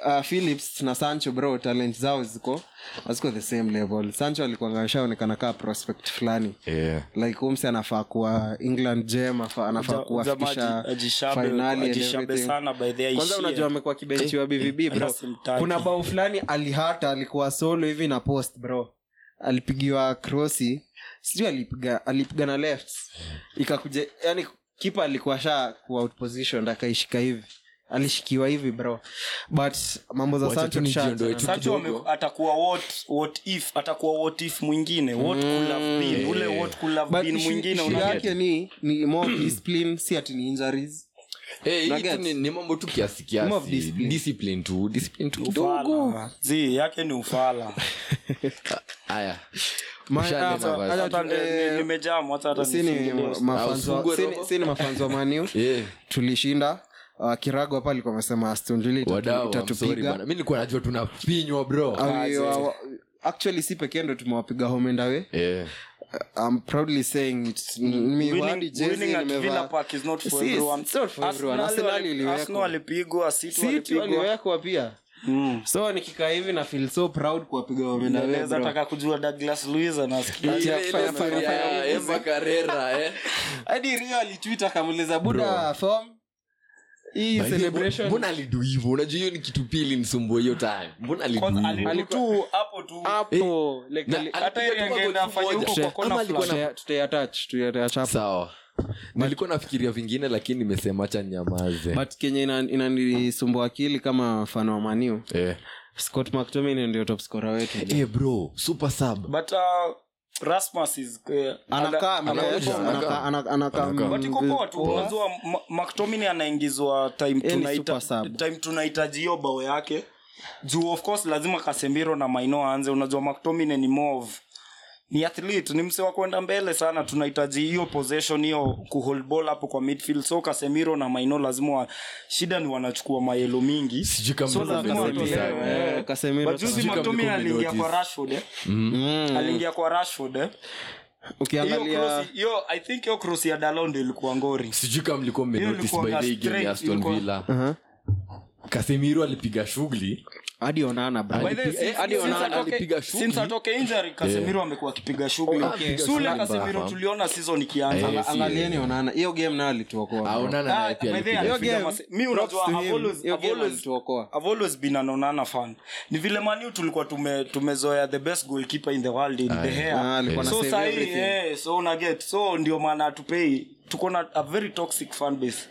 S1: uh, philips na sancho bro talent zao ziko haziko the same level sancho alikuanga ashaonekana kaa prospect fulani
S3: Yeah.
S1: like umsi anafaa kuwa england jem afa- anafaa
S2: Ja- jamaa
S1: kuwafikisha
S2: aji- ajishabe-
S1: finali and
S2: ajishabe
S1: everything.
S2: sana by the Eh,
S1: kwanza
S2: aishie.
S1: unajua amekuwa kibenchi wa bvb bro
S2: hata simtaki.
S1: kuna bao fulani alihata alikuwa solo hivi na post bro alipigiwa krosi sijui alipiga alipiga na left ikakuja yani kipa alikuwa sha kuwa out position akaishika hivi alishikiwa hivi bro but mambo za
S3: Wacha
S1: Sancho
S3: tu nijiondoe
S1: tushaanza.
S3: tu.
S2: Sancho ame-
S3: kidogo.
S2: atakuwa what, what if atakuwa what if mwingine what could
S1: Mm.
S2: have been, ule what could have
S1: But
S2: been
S1: ishu-
S2: mwingine
S1: ishu
S2: unaona?
S1: yake ni ni more discipline si ati ni injuries
S3: Eh, hii
S1: Nuggets.
S3: tu ni- ni mambo tu kiasi
S1: More of
S3: kiasi
S1: discipline.
S3: discipline tu discipline tu kidogo
S2: Ufala. Zii, yake ni
S1: *laughs*
S2: ufala
S3: haya
S1: Ma-
S3: Ushanena
S1: hata-
S3: basi.
S1: hata
S2: Hata
S1: ah, tu-
S2: ni- ni-
S1: eh,
S2: nimejam, hata hata
S1: si ni
S2: nisingeweza.
S1: mafanzo-
S3: Ausungwe
S1: si ni-
S3: robo.
S1: si ni mafanzo wa
S3: *laughs*
S1: Man U.
S3: Eh,
S1: tulishinda uh, kirago hapa alikuwa amesema Aston Villa itatu-
S3: wadau I'm sorry
S1: itatupiga Ah.
S3: bana. mi nilikuwa najua tunapinywa
S1: Au-
S2: Ah,
S3: bro
S1: wa- actually si pekee ndo tumewapiga homendawe
S3: Eh,
S1: I'm proudly saying it. N- ni
S2: Winning-
S1: wadi jezi
S2: winning at
S1: nimevaa.
S2: Villa Park is not for
S1: Si,
S2: everyone.
S1: it's not for everyone.
S2: Arsenal
S1: Arsenal
S2: wali-
S1: iliwekwa.
S2: Arsenal walipigwa City
S1: City
S2: walipigwa.
S1: waliwekwa pia
S2: Mm.
S1: so nikikaa hivi na feel so proud kuwapiga homendawe
S2: Naweza taka kujua Douglas Luiz anasikia.
S1: Ile-
S3: ile
S1: fanya-
S3: story
S1: fanya-
S3: ya
S1: fanya-
S3: Emma Carrera, eh.
S1: hadi rio alitwita akamuliza buda form hii
S3: By the way,
S1: celebration
S3: mbona alidu hivo unajua hiyo ni kitu pili msumbua hiyo time mbona alidu
S2: Kwanza
S3: hivo?
S2: alidu tu hapo
S1: Eh,
S2: tu
S1: Ah. hapo like,
S3: Na-
S1: ali-
S3: alipiga
S2: hata yeye
S3: tu magoli
S2: angeenda afanye
S3: moja.
S2: huko kwa kona
S3: Ama alikuwa na-
S1: Tuta- tutaiattach, tutaiattach hapo.
S3: sawa nilikuwa nafikiria vingine lakini nimesema cha nyamaze
S1: but kenye ina- inanisumbua akili kama mfano wa maniu
S3: eh.
S1: scott mctomin ndio top scora wetu
S3: eh, bro super sub
S2: but uh, Rasmus is eh,
S1: anakaa
S2: ana-
S1: anakaa-
S3: anakaa.
S1: anakaa- ana- anakaa mm,
S3: Anakaa.
S2: but iko poa tu unajua Ma- mctominay anaingizwa time
S1: Yeye ni
S2: tunaita-
S1: super sub.
S2: time tunahitaji hiyo bao yake juu of course lazima kasembiro na maino aanze unajua mctominay ni move ni athlete ni mse wa kwenda mbele sana tunahitaji hiyo possession hiyo kuhold ball hapo kwa midfield so kasemiro na maino lazima wa, shida ni wanachukua mayelo mingi
S3: sijui kama
S2: So
S3: mbona
S2: lazima
S3: mnasema
S2: watolewe.
S3: sana.
S1: Eh, Casemiro-
S2: But juzi
S3: Sijui kama
S2: McTominay
S3: mlikuwa
S2: aliingia kwa
S3: mmenotice.
S2: rashford eh?
S1: Mm.
S2: aliingia kwa rashford eh? hiyo
S1: ukiangalia
S2: cross- hiyo i think hiyo cross ya dalondo ilikuwa ngori
S3: sijui kama mlikuwa
S2: Hiyo
S3: mmenotice
S2: ilikuwa
S3: by the way
S2: straight,
S3: game ya aston
S2: ilikuwa-
S3: villa
S1: Aha.
S3: kasemiro alipiga shughuli
S1: hadi onana bro.
S2: By the way,
S3: Alipiga-
S2: since-
S3: eh, hadi
S2: since
S3: Onana
S2: atoke-
S3: alipiga shughuli.
S2: since atoke injury kasemiro amekuwa akipiga
S1: Oh,
S2: shughuli
S3: Okay.
S2: So ule
S3: Shughuli
S2: kasemiro
S3: mbaya.
S2: tuliona season ikianza
S3: Eh,
S1: Anga-
S3: si-
S1: angalieni onana hiyo game nayo
S3: Ah,
S1: alituokoa
S3: Onana
S2: Ah,
S3: naye pia
S2: by the way,
S3: alipiga
S2: hiyo
S3: shughuli.
S2: game- mi unajua, I've always-
S1: hiyo
S2: I've
S1: game
S2: always-
S1: alituokoa
S2: I've always been an onana fan ni vile maniu tulikuwa tume- tumezoea the best goalkeeper in the world in the
S1: Ah,
S2: hair
S1: alikuwa na
S2: so
S1: save
S2: sahii
S1: everything.
S2: eh, so una get so ndio maana hatupei tuko na a very toxic fan
S1: *laughs*
S2: base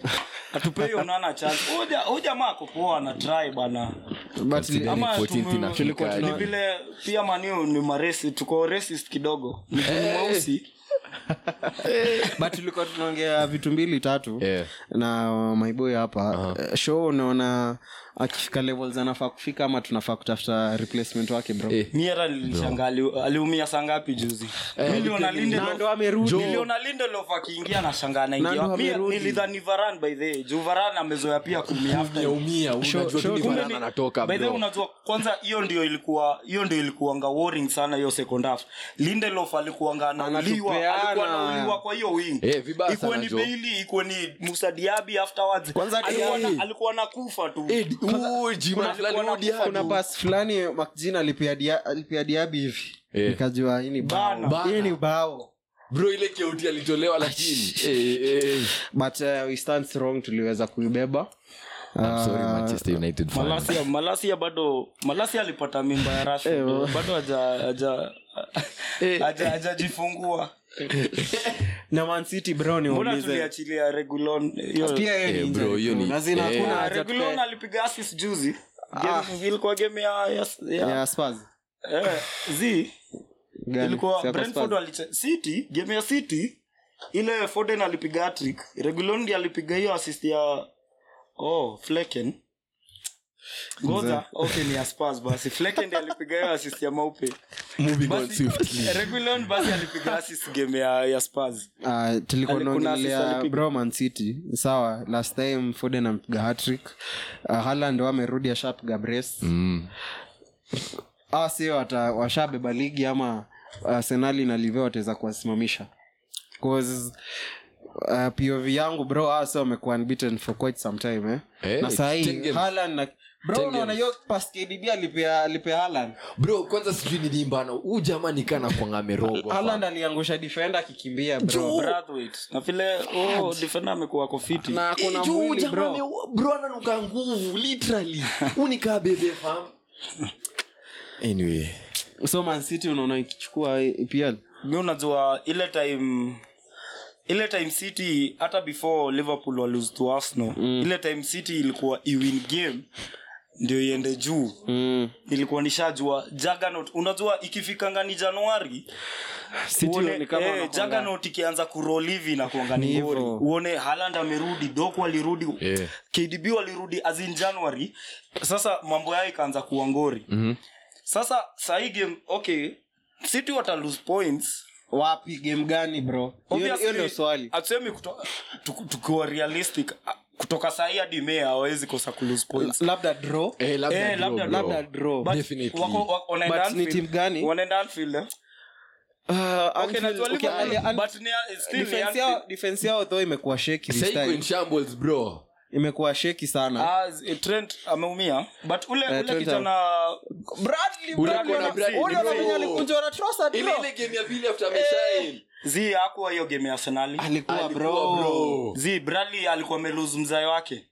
S2: hatupei onana chance Huyu ja- huyu jamaa ako poa na try bana
S1: but
S3: Considering
S2: Ama
S3: 14th
S2: tume-
S3: inafika,
S2: tulikuwa
S3: eh.
S2: tuna- ni vile pia maniu ni maresi tuko racist kidogo Ni
S1: Eh.
S2: mweusi
S1: *laughs* but tulikuwa tunaongea vitu mbili tatu
S3: Yeah.
S1: na maiboy hapa uh-huh. show unaona akifika levels anafaa kufika ama tunafaa kutafuta replacement wake bro
S3: Eh.
S2: mi hata nilishanga aliumia saa ngapi juzi miliona
S1: Nando amerudi.
S2: miliona lindelof akiingia na shanga
S1: Nando
S2: anaingia Mi-
S1: amerudi.
S2: nilidhani varan by the way, juu varan amezoea pia kuumia after.
S3: Umeumia, unajua tu ni
S2: Kumbe
S3: Varane
S2: ni-
S3: anatoka
S2: by the way,
S3: bro.
S2: unajua kwanza hiyo ndio ilikuwa hiyo ndio ilikuanga worrying sana hiyo second half lindelof alikuwanga anauliwa
S1: Anatupeana
S2: alikuwa
S1: sana.
S2: anauliwa kwa hiyo wingi
S3: Eh, vibaya
S2: ikuwe
S3: sana,
S2: ni
S3: Jo.
S2: beili ikuwe ni musadiabi afterwards
S3: Kwanza Eh, ati-
S2: alikuwa na-
S3: eh.
S2: alikuwa nakufa tu
S3: ujima
S2: kuna-
S3: fulani
S2: kuna-
S3: hudi hadi.
S2: kuna
S1: kuna pas fulani makjin alipia dia- alipia diabi hivi
S3: Eh.
S1: nikajua hii ni
S2: Bana.
S1: bao hii ni
S3: Bana.
S1: bao
S3: bro ile keuti alitolewa lakini Ah, Eh, eh, eh.
S1: but uh, we stand strong tuliweza kuibeba
S3: I'm sorry,
S1: Ah,
S3: Manchester United fan.
S2: malasia malasia bado malasia alipata mimba ya rasmi
S1: Eh,
S2: bro. bado haja- haja- haja- hajajifungua
S1: na mancity bro
S2: mbona
S1: niulize
S2: tuliachilia regulon hiyo-
S1: pia hiyo ni
S3: Eh, bro,
S1: injury
S3: hiyo
S1: tu,
S3: ni-
S1: na zina
S3: eh.
S1: hakuna
S2: Ah,
S1: haja
S2: regulon
S1: tupe-
S2: alipiga assist juzi Game-
S1: Ah.
S2: ilikuwa game ya, ya, ya,
S1: ya Spurs.
S2: Eh, z
S1: Gani? Si
S2: ilikuwa
S1: ya
S2: brentford
S1: Spurs.
S2: waliche- city game ya city ile foden alipiga hattrick regulon ndi alipiga hiyo assist ya oh fleken ngoja okay ni ya Spurs basi fleken ndi alipiga hiyo assist ya maupe
S3: Moving on
S2: basi
S3: swiftly.
S2: *laughs* regulon basi alipiga assist game ya, ya Spurs.
S1: Ah, tulikuwa
S2: Ali- kuna assist
S1: naongelea
S2: alipiga.
S1: bro Man City. sawa last time foden ampiga hatrick uh, haland wamerudi ashapiga brace
S3: Mm.
S1: a sio wata- washabeba ligi ama arsenali na live wataweza kuwasimamisha 'Cause, uh, pov yangu bro ase wamekuwa unbeaten for quite some time eh?
S3: Eh,
S1: na
S3: ten
S1: sahii
S3: games.
S1: halan na bro
S3: Ten
S1: unaona
S3: games.
S1: hiyo pas kdb alipea alipea halan
S3: bro kwanza sijui nilimbana huu jamaa nikana kwanga
S1: halan
S3: merogwa
S1: aliangusha defenda akikimbia bro
S2: Brathwaite. na vile oh, defender amekuwa ako fiti
S1: na kuna
S3: eh, juu
S1: mwili
S3: jamaa
S1: bro
S3: ame- bro ananuka nguvu literally unikaa bebe fam anyway
S1: so man city unaona ikichukua eh, epl
S2: mi unajua ile time ile time city hata before liverpool walose to arsenal mm. ile time city ilikuwa iwin game ndio iende juu
S1: mm.
S2: ilikuwa nishajua jaganot unajua ikifikanga ni januari
S1: City
S2: uone,
S1: ni kama
S2: eh,
S1: wanakuanga-
S2: jaganot ikianza kurolivi na kuanga
S1: Ni
S2: ni
S1: hivyo.
S2: goli uone haland amerudi dok walirudi
S3: Eh.
S2: kdb walirudi as in january sasa mambo yao ikaanza kuwa ngori
S3: Mhm.
S2: sasa sahii game okay city wata lose points
S1: wapi game gani bro hiyo hiyo ndio swali
S2: atusemi tukiwa realistic a- kutoka sahii hadi mea hawawezi kosa kulose points
S1: labda draw
S3: Eh,
S2: Eh,
S3: labda
S2: labda-
S3: draw, bro.
S1: labda draw
S2: But
S3: Definitely.
S2: wako- wa- wanaenda
S1: But ni
S2: Anfield.
S1: timu gani?
S2: Wanaenda Anfield, eh?
S1: Ah,
S2: Okay,
S1: Anfield-
S2: najua
S1: okay,
S2: Liverpool,
S1: ali- an-
S2: but ni- uh, still ni
S1: defense
S2: Anfield.
S1: yao- defense yao though imekuwa sheki this
S3: Sasa iko in
S1: time.
S3: shambles, bro
S1: imekuwa sheki sana
S2: Ah, z- eh, Trent ameumia but ule,
S1: Eh,
S2: ule
S1: Trent
S2: kijana
S3: Ule Bradley kona
S2: na-
S3: Bradley,
S2: Ule
S3: bro.
S2: wana-
S3: ile ile game ya pili after ameshine.
S2: Zee hakuwa hiyo game ya arsenali
S1: alikuwa
S3: Alikuwa,
S1: bro
S3: bro.
S2: Zee, bradley alikuwa amelose mzae wake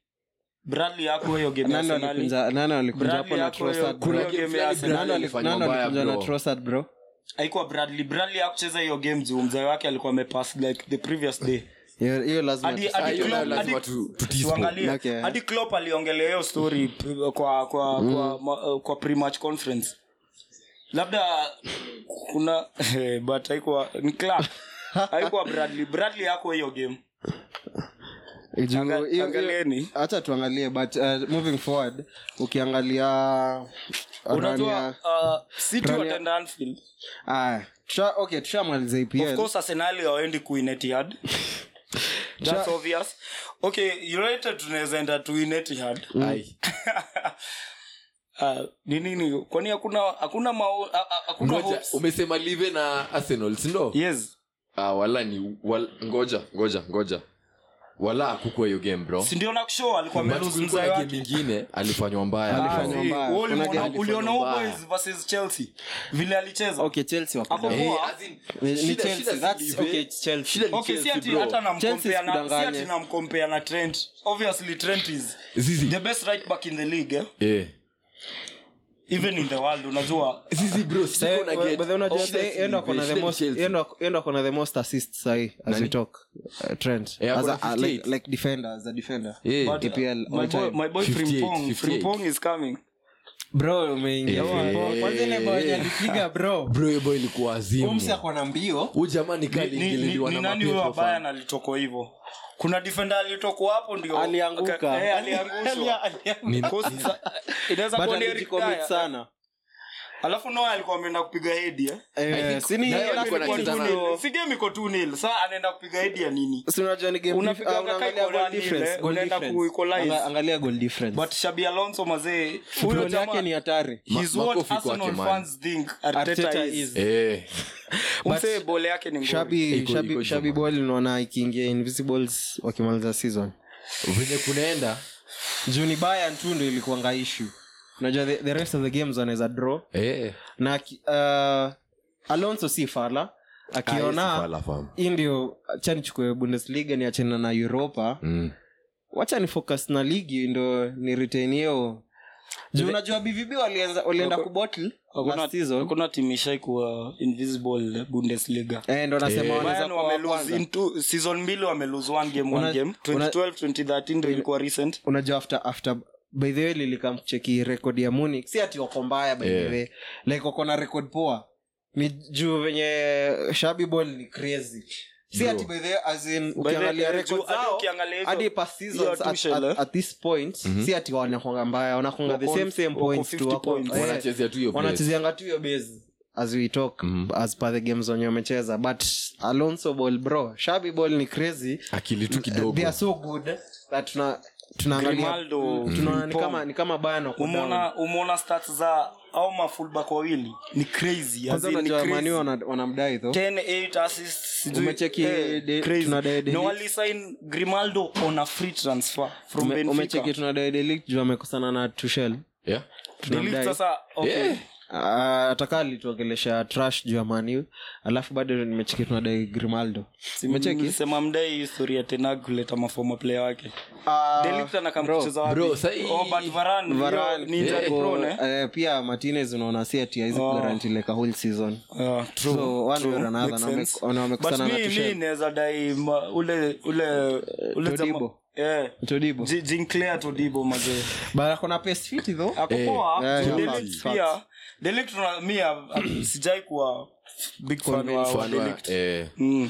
S2: bradley hakuwa hiyo game ya
S1: Nani
S2: arsenali
S1: walikunja- nani walikunja hapo
S2: Bradley
S1: na
S2: hakuwa hiyo-
S1: Trossard, bro?
S2: kuna
S3: Kuna game
S2: game ya
S3: fulani
S2: Arsenal.
S1: Nani wali-
S3: Alifanya
S1: nani
S3: ubaya,
S1: walikunja na
S3: bro.
S1: Trossard, bro
S2: haikuwa bradley bradley hakucheza hiyo game juu mzae wake alikuwa amepass like the previous day
S1: hiyo hiyo lazima
S2: Hadi-
S1: tu-
S2: hadi
S3: Ah, hiyo
S2: Klopp-
S3: nayo lazima
S2: hadi-
S3: tu- tutispo.
S2: tuangalie.
S1: Okay.
S2: hadi Klopp aliongelea hiyo story p- kwa kwa kwa ma- uh, kwa pre-match conference labda kuna *laughs* eh, but haikuwa ni Clark haikuwa bradley bradley yako hiyo game
S1: Eh, juu-
S2: Anga-
S1: hiyo-
S2: angalieni.
S1: acha tuangalie but uh, moving forward ukiangalia run
S2: unajua
S1: ya-
S2: uh, city
S1: Rania-
S2: wataenda anfield
S1: Ah, tusha- okay tushamaliza
S2: of
S1: epl
S2: course arsenal hawaendi kuinetihad that's obvious okay united tunaweza enda tuinetihad
S3: Ai.
S2: Ah, ni nini kwani hakuna hakuna mao ah, ah, hakuna
S3: ngoja
S2: hopes?
S3: umesema live na arsenal sindo
S2: yes
S3: ah, wala ni wal, ngoja ngoja ngoja wala akukua hiyo game bro
S2: sindio nakushow alikuwa
S3: But
S2: ameluzi
S3: kulikuwa
S2: mzae
S3: na
S2: wake
S3: game ingine alifanywa mbaya
S1: Ah,
S3: Alifanywa-
S1: Alifanywa
S2: Si,
S1: mbaya.
S2: wewe
S1: Kuna
S2: uliona-
S1: game
S2: uliona
S3: alifanywa
S2: huo
S3: mbaya.
S2: boys versus chelsea vile alicheza
S1: okay chelsea wako
S2: Hapo
S1: down.
S3: Eh,
S2: Poa.
S3: as in,
S1: Ni- ni
S3: shida-
S1: Chelsea,
S3: shida si
S1: that's
S3: live,
S1: okay,
S3: eh.
S1: Chelsea.
S3: Shida ni
S2: okay si
S3: Chelsea,
S2: ati
S3: bro.
S2: hata
S1: Chelsea
S2: namcompare na- si
S1: sikudanganye.
S2: ati namcompare na trent obviously trent is
S3: Zizi.
S2: the best right back in the league eh?
S3: Eh.
S2: even in the world unajua
S3: Zizi, bro, sijui
S1: Eh,
S3: kuna
S1: but-
S3: get-
S1: but then unajua
S3: shida
S1: sahii
S3: si
S1: yeye ndo
S3: live,
S1: ako na the
S3: shida ni
S1: most-
S3: Chelsea.
S1: yeye ndo- yeye ndo ako na the most assists sahii as we talk uh, trent
S3: Eh, ako
S1: as
S3: na
S1: a, like,
S3: 58.
S1: like defender as a defender
S3: Eh.
S2: but, uh,
S1: EPL all
S2: my boy,
S1: time.
S2: my boy
S3: 58,
S2: frimpong
S3: 58.
S2: frimpong is coming
S1: bro umeingia
S3: Eh.
S1: Frimpong. Kwanza ile bao yenye alipiga bro
S3: Bro, hiyo boy ilikuwa azimu.
S1: Holmes ako na mbio
S3: Huyu jamaa ni
S2: Ni-
S3: kali
S2: ni- ni
S3: ingililiwa
S2: ni
S3: na
S2: nani
S3: mapepo,
S2: huyo ambaye
S3: fam.
S2: analitoko hivyo kuna defender alitokwa hapo ndio
S1: alianguka
S2: Eh,
S1: *laughs*
S2: aliangushwa
S1: Ali- alianguka.
S3: Ni-
S2: Kosi sa- inaweza
S1: But
S2: kuwa ni Eric
S1: alijicommit
S2: Dyer.
S1: sana
S2: alafu noa alikuwa ameenda kupiga hedi eh?
S1: Eh,
S3: think-
S1: si ni-
S3: na yeye
S1: lakini
S3: alikuwa
S1: kwa
S3: anacheza
S1: nini-
S2: si game iko 2-0, saa anaenda kupiga hedi ya nini
S1: si unajua ni game dif-
S2: Unapiga
S1: ah,
S2: kaka
S1: unaangalia
S2: iko
S1: goal
S2: one nil,
S1: difference,
S2: eh,
S1: goal
S2: unaenda
S1: difference.
S2: ku-equalize.
S1: Anga- angalia goal difference.
S2: but shabi alonso mazee huyo
S1: Role
S2: jamaa-
S1: yake ni hatari
S3: Ma-
S2: he's what
S3: makofi kwake,
S2: Arsenal
S3: man.
S2: fans think Arteta
S1: Arteta
S2: is.
S1: is-
S3: Eh,
S2: Msee, bole yake ni ngori.
S1: shabi
S3: Iko-
S1: shabi
S3: iko
S1: shabi ball unaona ikiingia invisibles wakimaliza season
S3: venye kunaenda
S1: juu ni baya tu ndo ilikuanga ishu unajua the, the rest of the games wanaweza draw
S3: eh,
S1: na aki- uh, alonso si fala
S3: ah,
S1: akiona
S3: fala fam.
S1: hii ndio acha nichukue bundesliga niachana na europa
S3: Mm.
S1: wacha ni focus na ligi ndo ni retain hiyo juu unajua bvb walianza- walienda
S2: Wako-
S1: kubottle
S2: Hakuna-
S1: last season
S2: hakuna timu ishai kuwa invisible bundesliga
S1: Eh, ndo nasema wanaweza
S2: Bayern
S1: kuwa wa
S2: wamelose
S1: kwanza.
S2: in two- season mbili wamelose one game
S1: Una-
S2: one game
S1: una-
S2: 2012 2013 ndio ilikuwa recent
S1: unajua after after by the way lilikam cheki rekod ya munich si ati wako mbaya by the
S3: Yeah.
S1: way like wako na rekod poa ni juu venye shabi ball ni crazy si
S3: Bro.
S1: ati by the way as in
S2: way,
S1: ukiangalia
S2: juu
S1: rekod
S2: hadi
S1: zao
S2: ukiangalia hizo-
S1: hadi past seasons
S2: hiyo
S1: at,
S2: Tuchel,
S1: at,
S2: eh?
S1: at this point si ati wanakwanga mbaya wanakwanga the
S2: Wako-
S1: same same
S2: wako
S1: points tu
S2: 50
S1: wako
S2: points.
S1: eh,
S3: Wanachezea tu hiyo place.
S1: wanachezeanga tu hiyo base as we talk
S3: Mhm.
S1: as per the games wenye wamecheza but alonso ball bro shabi ball ni crazy
S3: akili tu
S1: they
S3: kidogo
S1: are so good that tuna tunaangalia-
S2: Grimaldo,
S1: Mm, tunaona ni
S2: Frimpong.
S1: kama ni kama Bayern wako down.
S2: umeona umeona stats za au mafullback wawili ni crazy as
S1: Kwanza
S2: in ni
S1: unajua Man U
S2: crazy
S1: wana- wanamdai though
S2: 10 assist sijui-
S1: Umecheki
S2: eh,
S1: De-
S2: crazy.
S1: tunadai De
S2: na
S1: Ligt.
S2: walisign grimaldo on a free transfer from
S1: Ume-
S2: Benfica.
S1: umecheki tunadai De Ligt juu amekosana na Tuchel
S2: De
S3: yeah?
S2: Ligt
S1: tunamdai
S2: sasa okay.
S3: Eh,
S1: Ah, atakaa alituongelesha trash juu ya Man U alafu bado nimecheki tunadai Grimaldo
S2: Si
S1: umecheki
S2: mlisema mdai historia tena kuleta mafoma player wake
S1: Ah, bro,
S3: bro, sahi-
S2: Oh,
S1: Varane,
S3: Yeah.
S1: Thiago, eh, pia Martinez unaona si ati haizi
S2: Oh.
S1: kugaranti like a whole season Ah, So, one way or another, na wame- na wamekutana na Tuchel.
S2: naweza dai ma- ule ule ule
S1: Todibo.
S2: eh,
S1: Todibo
S2: Ji- Sinclair Todibo mazee
S1: bara kuna pace fit though
S2: akopoa
S1: Eh, yeah,
S2: Delict
S1: facts,
S2: pia Delict na- mi ah, sijai kuwa big fan wa- wa
S3: Fan wa-
S2: Delict.
S3: eh,
S2: Mm.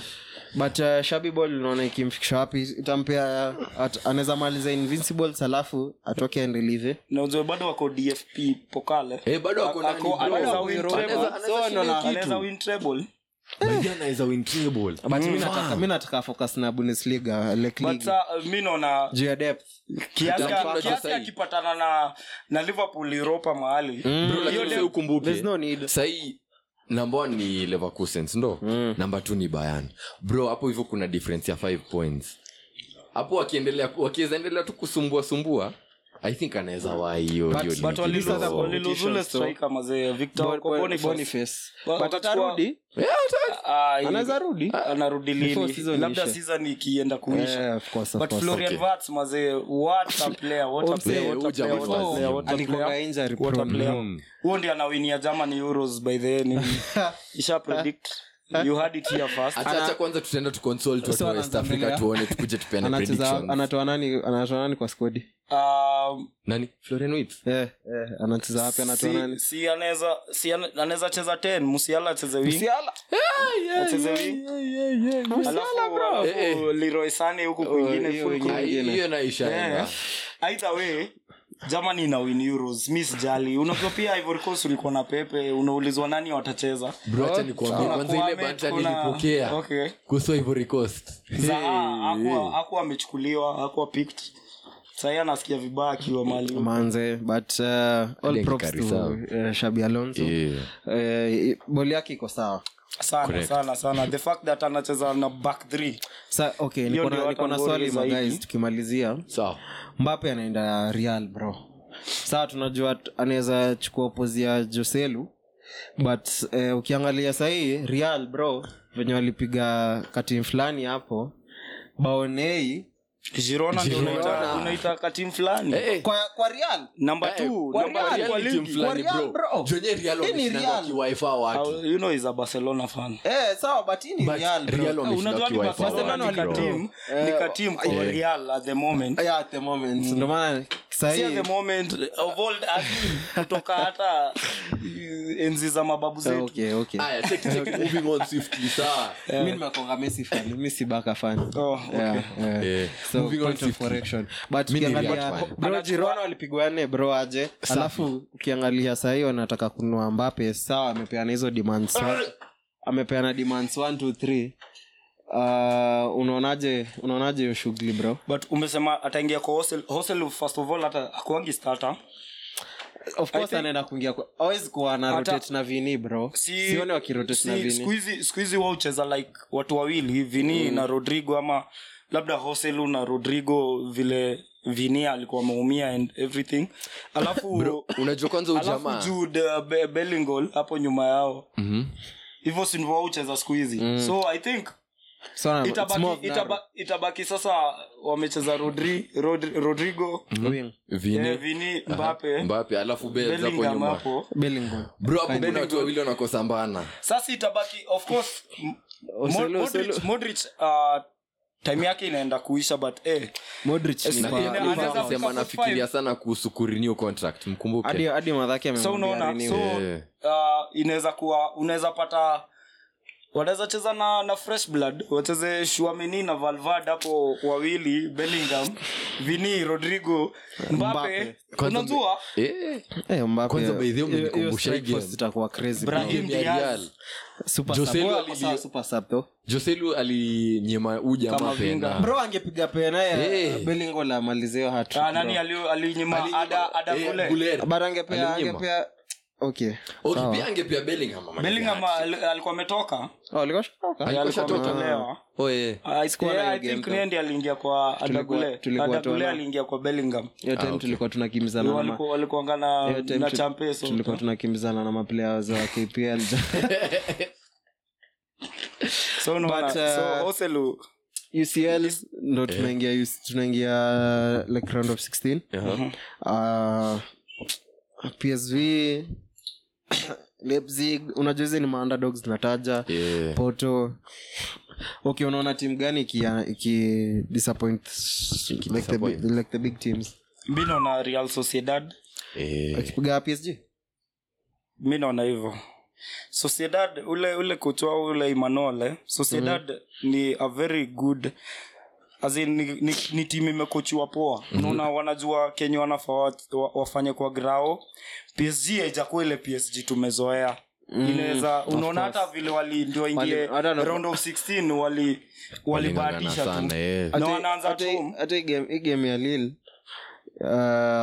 S1: but uh, shabi ball unaona ikimfikisha wapi itampea at- anaweza maliza invincibles alafu atoke endelive
S2: na uzee bado wako dfp pokale
S3: eh, bado wako nani, bro?
S2: anaweza
S1: Bado
S2: win
S1: wako
S2: treble.
S1: Europa. So,
S2: Anaweza-
S1: anaona
S2: anaweza win treble
S3: By then anaweza win treble. Mm.
S1: mi nataka focus na bundesliga like
S2: Mm. but
S1: league
S2: sa mi naona
S1: juu ya depth
S2: kiasi
S3: Lakini unajua
S2: kiasi
S3: sahi-
S2: akipatana na na liverpool europa mahali
S1: Hmm.
S3: Bro, lakini
S2: Hiyo
S3: sasa ukumbuke,
S1: there's no need
S3: sahii namba one ni leverkusen ndo namba two ni bayan bro hapo hivyo kuna difference ya five points hapo wakiendelea wakiweza endelea tu kusumbua sumbua i think anaweza wai hiyo hiyo
S2: but
S3: limit
S2: waliluza-
S3: kidogo.
S2: waliluzule
S1: competitions, so-
S2: striker mazee victor
S1: Bon-
S2: Oko-
S1: Bon-
S2: Boniface.
S1: Boniface.
S2: Wa-
S1: But
S2: watachukua-
S1: atarudi
S3: Yeah, hata-
S2: Ah,
S1: anaweza rudi
S2: anarudi
S1: Before
S2: lini
S1: season
S2: labda
S1: iishe.
S2: season ikienda
S1: Eh,
S2: kuisha
S1: of course, of
S2: but
S1: course.
S2: florian
S3: Okay.
S2: Wirtz, mazee what a player what a
S1: Omse,
S2: player what a
S3: huja
S2: player,
S3: with
S2: what a
S3: Wirtz.
S2: player, what a
S1: Alikuwa
S2: player.
S1: injury
S2: What a
S1: prone.
S2: player.
S3: Mm.
S2: huo ndio anawinia german euros by the end
S1: *laughs*
S2: isha predict
S1: Eh?
S2: you had it here first
S3: Acha- acha kwanza tutaenda tuconsult watu wa west
S1: anaanza
S3: africa
S1: mbele.
S3: tuone tukuje tupeane
S1: anacheza
S3: predictions.
S1: anatoa nani anatoa nani kwa skodi
S2: Um,
S3: nani florian Wirtz?
S1: eh, eh, anacheza wapi anatoa
S2: si,
S1: nani
S2: si anaweza si ana- anaweza cheza 10 musiala acheze wing
S1: Musiala.
S2: acheze wing alafu
S3: Eh, eh.
S2: alafu Leroy Sane huku kwingine
S1: hiyo
S2: full
S1: wengine.
S3: Ah,
S2: court.
S3: hiyo hiyo naishaenda
S2: Eh, either way germany ina win euros mi sijali unajua pia ivory coast ulikuwa na pepe unaulizwa nani watacheza
S3: bro acha nikuambie
S2: Kuna
S3: Eh, kwanza ile
S2: Kwame,
S3: banta
S2: kuna-
S3: nilipokea
S2: Okay.
S3: kuhusu ivory coast
S2: Zaha ah, hakuwa- hakuwa amechukuliwa akuwa picked sahii anasikia vibaya akiwa mali
S1: manze but uh, all
S3: Lengi
S1: props to
S3: Karisao.
S1: uh, shabi alonso
S3: Yeah.
S1: Eh, boli yake iko sawa
S2: sana
S3: Correct.
S2: sana sana the fact that anacheza na back three
S1: sa okay niko na-
S2: ndio
S1: niko na
S2: watu
S1: swali
S2: wangoje zaidi.
S1: maguys tukimalizia
S3: sawa
S1: mbape anaenda real bro saa tunajua t- anaweza chukua pozi ya joselu but eh, ukiangalia sahii real bro venye walipiga katim fulani hapo baonei
S2: girona ndio
S3: Girona.
S2: unaita- unaita katim fulani
S3: Eh,
S1: kwa, kwa real
S2: number
S3: eh,
S2: two
S3: kwa
S2: number
S3: Real
S2: two kwa
S3: ni timu
S2: ligi
S3: fulani,
S1: Kwa Real,
S3: bro.
S1: bro.
S3: Jwenye Real
S1: Hii ni
S3: wameshinda
S1: Real.
S3: wakiwaifa watu.
S2: Uh, you know is a barcelona fan
S1: eh, sawa but hii ni
S3: But
S1: real, bro.
S3: Real wameshinda
S2: unajua ni
S3: wakiwaifa
S2: barcelona
S3: watu,
S2: ni
S3: bro.
S2: katim ni
S1: Eh.
S2: katim kwa
S3: yeah.
S2: real at the moment
S1: Yeah, at the moment ndio maana
S2: See at
S1: sahii
S2: the moment of old Azim kutoka hata eh, enzi za mababu zetu
S1: Eh, okay, okay.
S3: Aya, check, check,
S2: *laughs*
S3: moving on swiftly, sawa.
S1: mi nimekonga Messi fan, mi si Barca fan.
S2: *laughs* Oh, okay.
S1: Yeah, yeah.
S3: Eh,
S1: So,
S3: moving on
S1: point of
S3: swiftly.
S1: correction. But
S3: Mi ni
S1: ukiangalia-
S3: Real fan.
S1: bro, Girona walipigwa nne bro aje alafu ukiangalia sahii wanataka kununua mbape sawa amepeana hizo demands one- amepeana demands one, two, three. Uh, unaonaje unaonaje hiyo shughuli bro
S2: but umesema ataingia kwa hostel hostel first of all hata akuangi starter
S1: of course anaenda kuingia kwa- hawezi kuwa na
S2: Hata-
S1: rotate na vini bro
S2: Si-
S1: sione wakirotate na
S2: si- siku
S1: vini
S2: hizi- siku hizi waucheza like watu wawili vini
S1: Mm.
S2: na rodrigo ama labda hoselu na rodrigo vile vini alikuwa ameumia and everything alafu
S3: unajua kwanza
S2: alafu
S3: ujamaa
S2: jude uh, Be- Bellingham hapo nyuma yao
S3: Mhm.
S2: hivyo si ndivyo waucheza siku hizi so i think
S1: So, na- Mm. it's more of
S2: itabaki,
S1: narrow.
S2: itaba, itabaki sasa wamecheza rodri, Rodri- rodrigo
S1: Wing.
S3: vini
S2: eh, vini mbape
S3: mbape alafu bel hapo
S2: Bellingham
S3: nyuma
S2: hapo
S1: Bellingham.
S3: bro hapo kuna watu wawili wanakosa mbana
S2: sasa itabaki of course m-
S1: Oselu,
S2: Mod-
S1: Oselu.
S2: Modric- Modric uh, time yake inaenda kuisha but eh,
S1: Modric ni
S2: Ina-
S1: kwa-
S2: ina-
S1: ni kwa-
S2: anaweza-
S3: sema nafikiria sana kuhusu kurenew contract
S1: hadi
S3: mkumbuke
S1: hadi madhaki
S2: so unaona
S1: amemwambia
S2: so
S3: Yeah.
S2: uh, inaweza kuwa unaweza pata wanaweza cheza na, na fresh blood wacheze shuameni na valvard hapo wawili bellingham vini rodrigo mbape
S1: Mbappe.
S3: Kwanza
S2: unajua
S3: Eh,
S1: Eh, Mbappe,
S3: Kwanza by the way,
S1: hiyo- hiyo
S3: umenikumbusha
S1: strike
S3: hii game.
S1: force itakuwa crazy bro.
S2: Brahim
S3: game ya
S2: Diaz.
S3: Real.
S1: Super
S3: Jose
S1: sub.
S3: Lu
S1: Bora
S3: alili-
S1: sawa, super sub though.
S3: joselu alinyema
S2: Kama
S3: ujamaa
S2: vinga.
S3: pena
S1: bro angepiga pena ya
S3: Ah. Eh.
S1: belingo la malizeo
S2: ah, nani ali- alinyima ada ada
S1: Eh,
S2: kule
S1: but angepea
S3: Alinyima.
S1: angepea okay Sawa.
S3: okipia angepia bellingham ama
S2: bellingham
S3: Maguire.
S2: al- alikuwa ametoka
S1: oh alikoshatoka
S3: Alikuwa
S2: alikuwa
S3: ametoka.
S2: ametolewa
S3: Oh, eh.
S2: Ah, isikuwa
S1: Yeah,
S2: na hiyo
S1: I
S2: game
S1: think
S2: though.
S1: niye
S2: ndiye aliingia kwa
S1: Tulikuwa-
S2: Adagule.
S1: tulikuwa
S2: Adagule
S1: tuona-
S2: aliingia kwa bellingham
S1: hiyo time
S3: ah, okay.
S1: tulikuwa tunakimbizana na ma-
S2: Waliku- walikuanga na-
S1: hiyo time
S2: na
S1: tu-
S2: champeso
S1: tulikuwa tunakimbizana na maplayers wa
S3: *laughs*
S1: kpl
S2: so unaona
S1: But, uh,
S2: so oselu
S3: Eh.
S1: ucl ndo tunaingia tunaingia like round of 16
S3: Aha.
S1: uh, psv *coughs* leipzig unajua hizi ni maunderdog zinataja
S3: Yeah.
S1: poto uh, okay unaona timu gani ikia- iki disappoint like the, big- like the big teams
S2: mi naona real sociedad
S3: Eh.
S1: wakipiga psg
S2: mi naona hivyo sociedad ule ule kuchwa ule imanole sociedad
S1: Mhm.
S2: ni a very good as in, ni, ni, ni timu imekochiwa poa
S1: Mhm.
S2: unaona wanajua kenye wanafaa wa- wa- wafanye kwa grao psg haijakuwa ile psg tumezoea inaweza unaona hata vile wali ndio ingie
S1: Mm, Wali- I don't know.
S2: round of 16 wali walibahatisha tu
S3: sana, eh.
S2: na
S1: Hata-
S2: wanaanza
S1: hata-
S2: tu
S1: hata hii game- hii game ya lil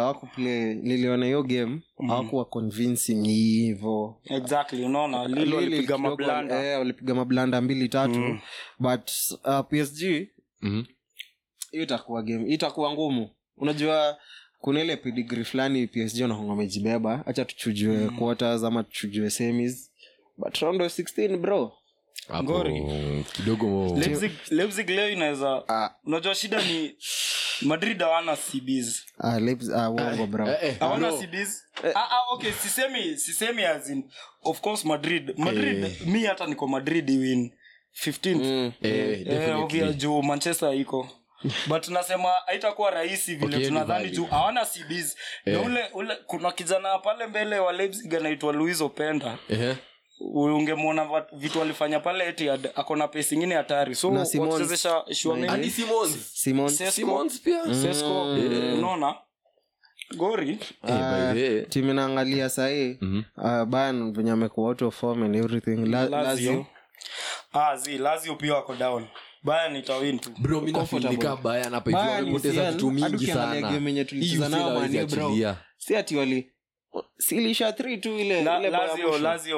S1: wakuplay niliona hiyo game hawakuwa convincing hivo
S2: exactly unaona
S1: Lille
S2: lilo alipiga
S1: Ah, kidogo-
S2: mablanda
S1: eh, walipiga mablanda mbili tatu but uh, psg
S3: Mhm.
S1: hiyo itakuwa game itakuwa ngumu unajua kuna ile pedigri fulani psg wanakonga wamejibeba hacha tuchujue quarters ama tuchujue semis but round of 16 bro
S3: Hapo
S2: Ngori.
S3: kidogo
S2: Leipzig, Leipzig leo inaweza
S1: Ah.
S2: unajua shida
S1: *sighs*
S2: ni madrid hawana cbs
S1: ah, Leipzig, ah, uongo bro
S3: Eh, eh,
S2: hawana
S3: bro.
S2: cbs ah, ah, okay sisemi sisemi as in of course madrid madrid mi hata niko madrid iwin 15 mm.
S3: Eh,
S2: eh,
S3: definitely.
S2: obvia juu manchester
S3: *laughs*
S2: iko but nasema haitakuwa rahisi vile
S3: Okay, ni Eh.
S2: tunadhani
S3: valid.
S2: juu hawana cbs na ule, ule kuna kijana pale mbele wa leipzig anaitwa luis openda
S3: Eh.
S2: ungemwona va- vitu alifanya pale eti ad- ako na pesi ingine hatari so
S1: Na Simons.
S2: wakuchezesha Tchouaméni,
S3: Hadi Simons.
S1: simon
S2: Sesko-
S3: Simons pia
S2: Sesko,
S3: Mm.
S2: unaona gori
S3: Eh, by the way.
S1: timu ah, inaangalia sahii mm-hmm. uh, ban venye amekuwa out of form and everything La, lazio
S2: lazio ah, zi lazio pia wako down baya nitawin tu
S3: bro mi nafilika bayan hapa hivyo
S1: Bayern
S3: wamepoteza
S1: UCL,
S3: vitu
S1: hadi
S3: mingi
S1: ukiangalia
S3: sana
S1: game yenye tulicheza
S3: Hii UCL
S1: nao Man U,
S3: hawezi
S1: bro.
S3: achilia.
S1: si ati wali silisha t tu ile
S2: La-
S1: ile bao ya
S2: lazio
S1: mwisho.
S2: lazio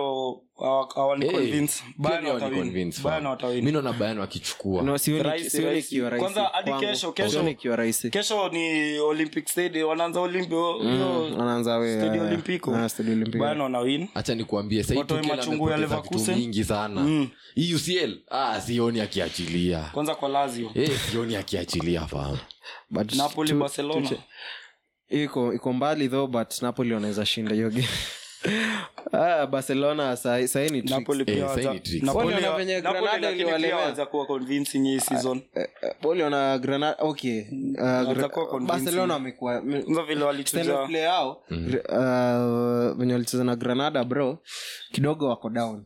S2: hawa- hawani
S3: Eh,
S2: convince. Bayern
S3: Kenya
S2: watawin.
S3: waniconvince,
S2: Bayern
S3: fam.
S2: watawin.
S3: mi naona bayan wakichukua
S1: No, sioni-
S2: Rahisi,
S1: sioni
S2: rahisi.
S1: ikiwa rahisi
S2: Kwanza hadi
S1: kwangu.
S2: kesho, kesho.
S1: Sioni ikiwa rahisi
S2: kesho ni olympic stadium wanaanza Olympi-
S1: Mm.
S2: hiyo
S1: anaanza Ah,
S2: Stadio Olimpico. Bayern
S1: wewe
S2: wanawin
S3: hacha nikuambie sahii
S2: Watoe
S3: Tuchel
S2: machungu ya
S3: amepoteza vitu
S2: Leverkusen.
S3: mingi sana hii ucl ah sioni akiachilia
S2: kwanza kwa lazio
S3: Eh, sioni akiachilia fam
S1: But
S2: napoli
S1: tu-
S2: barcelona
S1: tuche- iko iko mbali though but napoli wanaweza shinda hiyo game *laughs* ah, barcelona sahi sahi ni tricks.
S2: napoli pia
S3: Eh, sahi ni
S2: waza-
S3: tricks.
S2: Napoli
S1: Waliona
S2: wa-
S1: venye
S2: Napoli
S1: Granada
S2: lakini pia
S1: iliwalemea.
S2: waanza kuwa convincing hii season
S1: Eh, Paul wana Granada okay. Uh, Gra-
S2: kuwa Mm, convincing. Mm.
S1: Barcelona wamekuwa
S2: Unajua vile walicheza-
S1: extended play yao
S3: Mm.
S1: uh, wenye walicheza na Granada bro kidogo wako down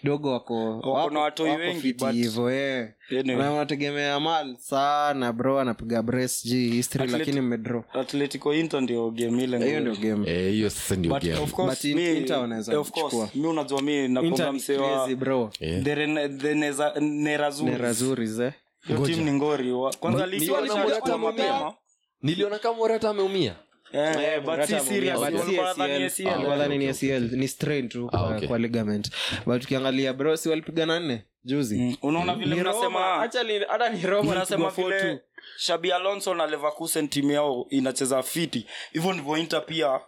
S1: kidogo wako wako-
S2: na watoi
S1: wako
S2: wengi,
S1: fiti
S2: but-
S1: hivyo, eh.
S2: Anyway.
S1: Na wanategemea mal sana bro anapiga brace ji history
S2: Atleti-
S1: lakini mmedraw
S2: atletico inter ndio game ile
S1: hiyo ndio game
S3: Eh, hiyo sasa ndio
S2: But
S3: game
S2: of course,
S1: But in-
S2: mi-
S1: Inter wanaweza
S2: eh, of course,
S1: kuchukua.
S2: mi unajua mi
S1: Inter
S2: nakonga
S1: ni
S2: msewa
S1: crazy, bro
S3: Yeah.
S1: nera
S2: nerazu
S1: zuri ze
S2: hiyo
S3: Ngoja.
S2: timu ni ngori wa- kwanza
S3: Ni- ni wanamwona
S2: lisiwalishachukua
S3: kama
S2: mapema
S3: Mourinho. niliona kama morata ameumia
S2: Eh, eh, but
S1: Morata
S2: si
S1: ameumia,
S2: serious,
S1: but si
S2: walikuwa wanadhani
S1: ACL.
S2: ACL.
S3: Ah,
S1: Walidhani ni
S3: okay,
S1: ACL, ni strain tu
S3: Ah,
S1: kwa-
S3: okay.
S1: kwa ligament but ukiangalia bro si walipigana nne juzi
S2: Mm, unaona vile
S1: Ni Roma,
S2: mnasema
S1: actually, hata ni Roma
S2: unasema
S1: walipigwa 4-2.
S2: vile shabi alonso na leverkusen timu yao inacheza fiti hivyo ndivyo inter pia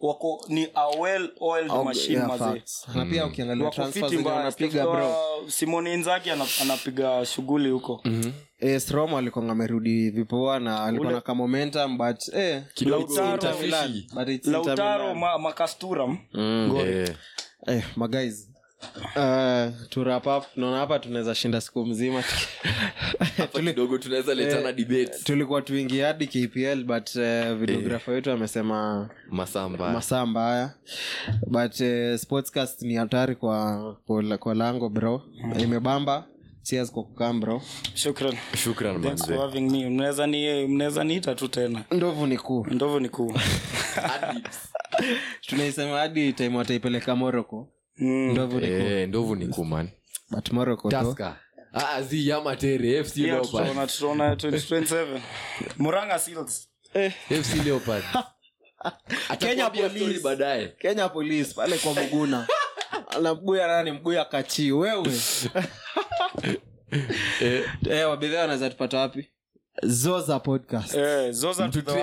S2: wako ni a well oiled
S1: Au-
S2: machine
S1: yeah,
S2: mazee
S1: facts. na pia ukiangalia
S2: wako
S1: transfers
S2: fiti
S1: zenye
S2: mbaya
S1: wanapiga bro
S2: simone inzaki ana- anapiga shughuli huko
S1: AS Eh, Roma walikuwa amerudi vipoa na alikuwa na ka momentum but eh
S3: Kidogo
S1: it's Inter
S2: Lautaro-
S1: Milan, but it's Inter
S2: lautaro
S1: Milan.
S2: ma, makasturam
S3: Eh,
S1: eh, magais uh, to wrap up naona hapa tunaweza shinda siku mzima *laughs*
S3: hapa kidogo tunaweza
S2: Eh,
S3: letana debate
S1: tulikuwa tuingi hadi kpl but uh, videografa wetu amesema
S3: masamba
S1: masaa mbaya but uh, sportscast ni hatari kwa, kwa, kwa lango bro imebamba sias kwa kukam bro
S2: shukran
S3: shukran
S2: Thanks for
S3: manze
S2: having me. Mnaweza ni- mnaweza niita tu tena
S1: ndovu ni kuu
S2: ndovu ni kuu *laughs*
S3: Adibs.
S1: tunaisema hadi time wataipeleka moroko
S2: Mm.
S1: ndovu ni kuu
S3: Eh, ndovu ni kuman
S1: but moroko tu
S3: taska Ah, zi yamatere fc
S2: Pia
S3: leopard
S2: tutaona- tutaona 2027. Murang'a Seals.
S3: fc leopard
S1: *laughs* Kenya
S3: Atakuwa pia story
S1: Police.
S3: baadaye
S1: kenya police pale kwa muguna anamguya nani mguya kachi wewe *laughs* eh, wabidhaa wanaweza tupata wapi zoza podcast
S2: Eh, Zoza to the
S3: Mtu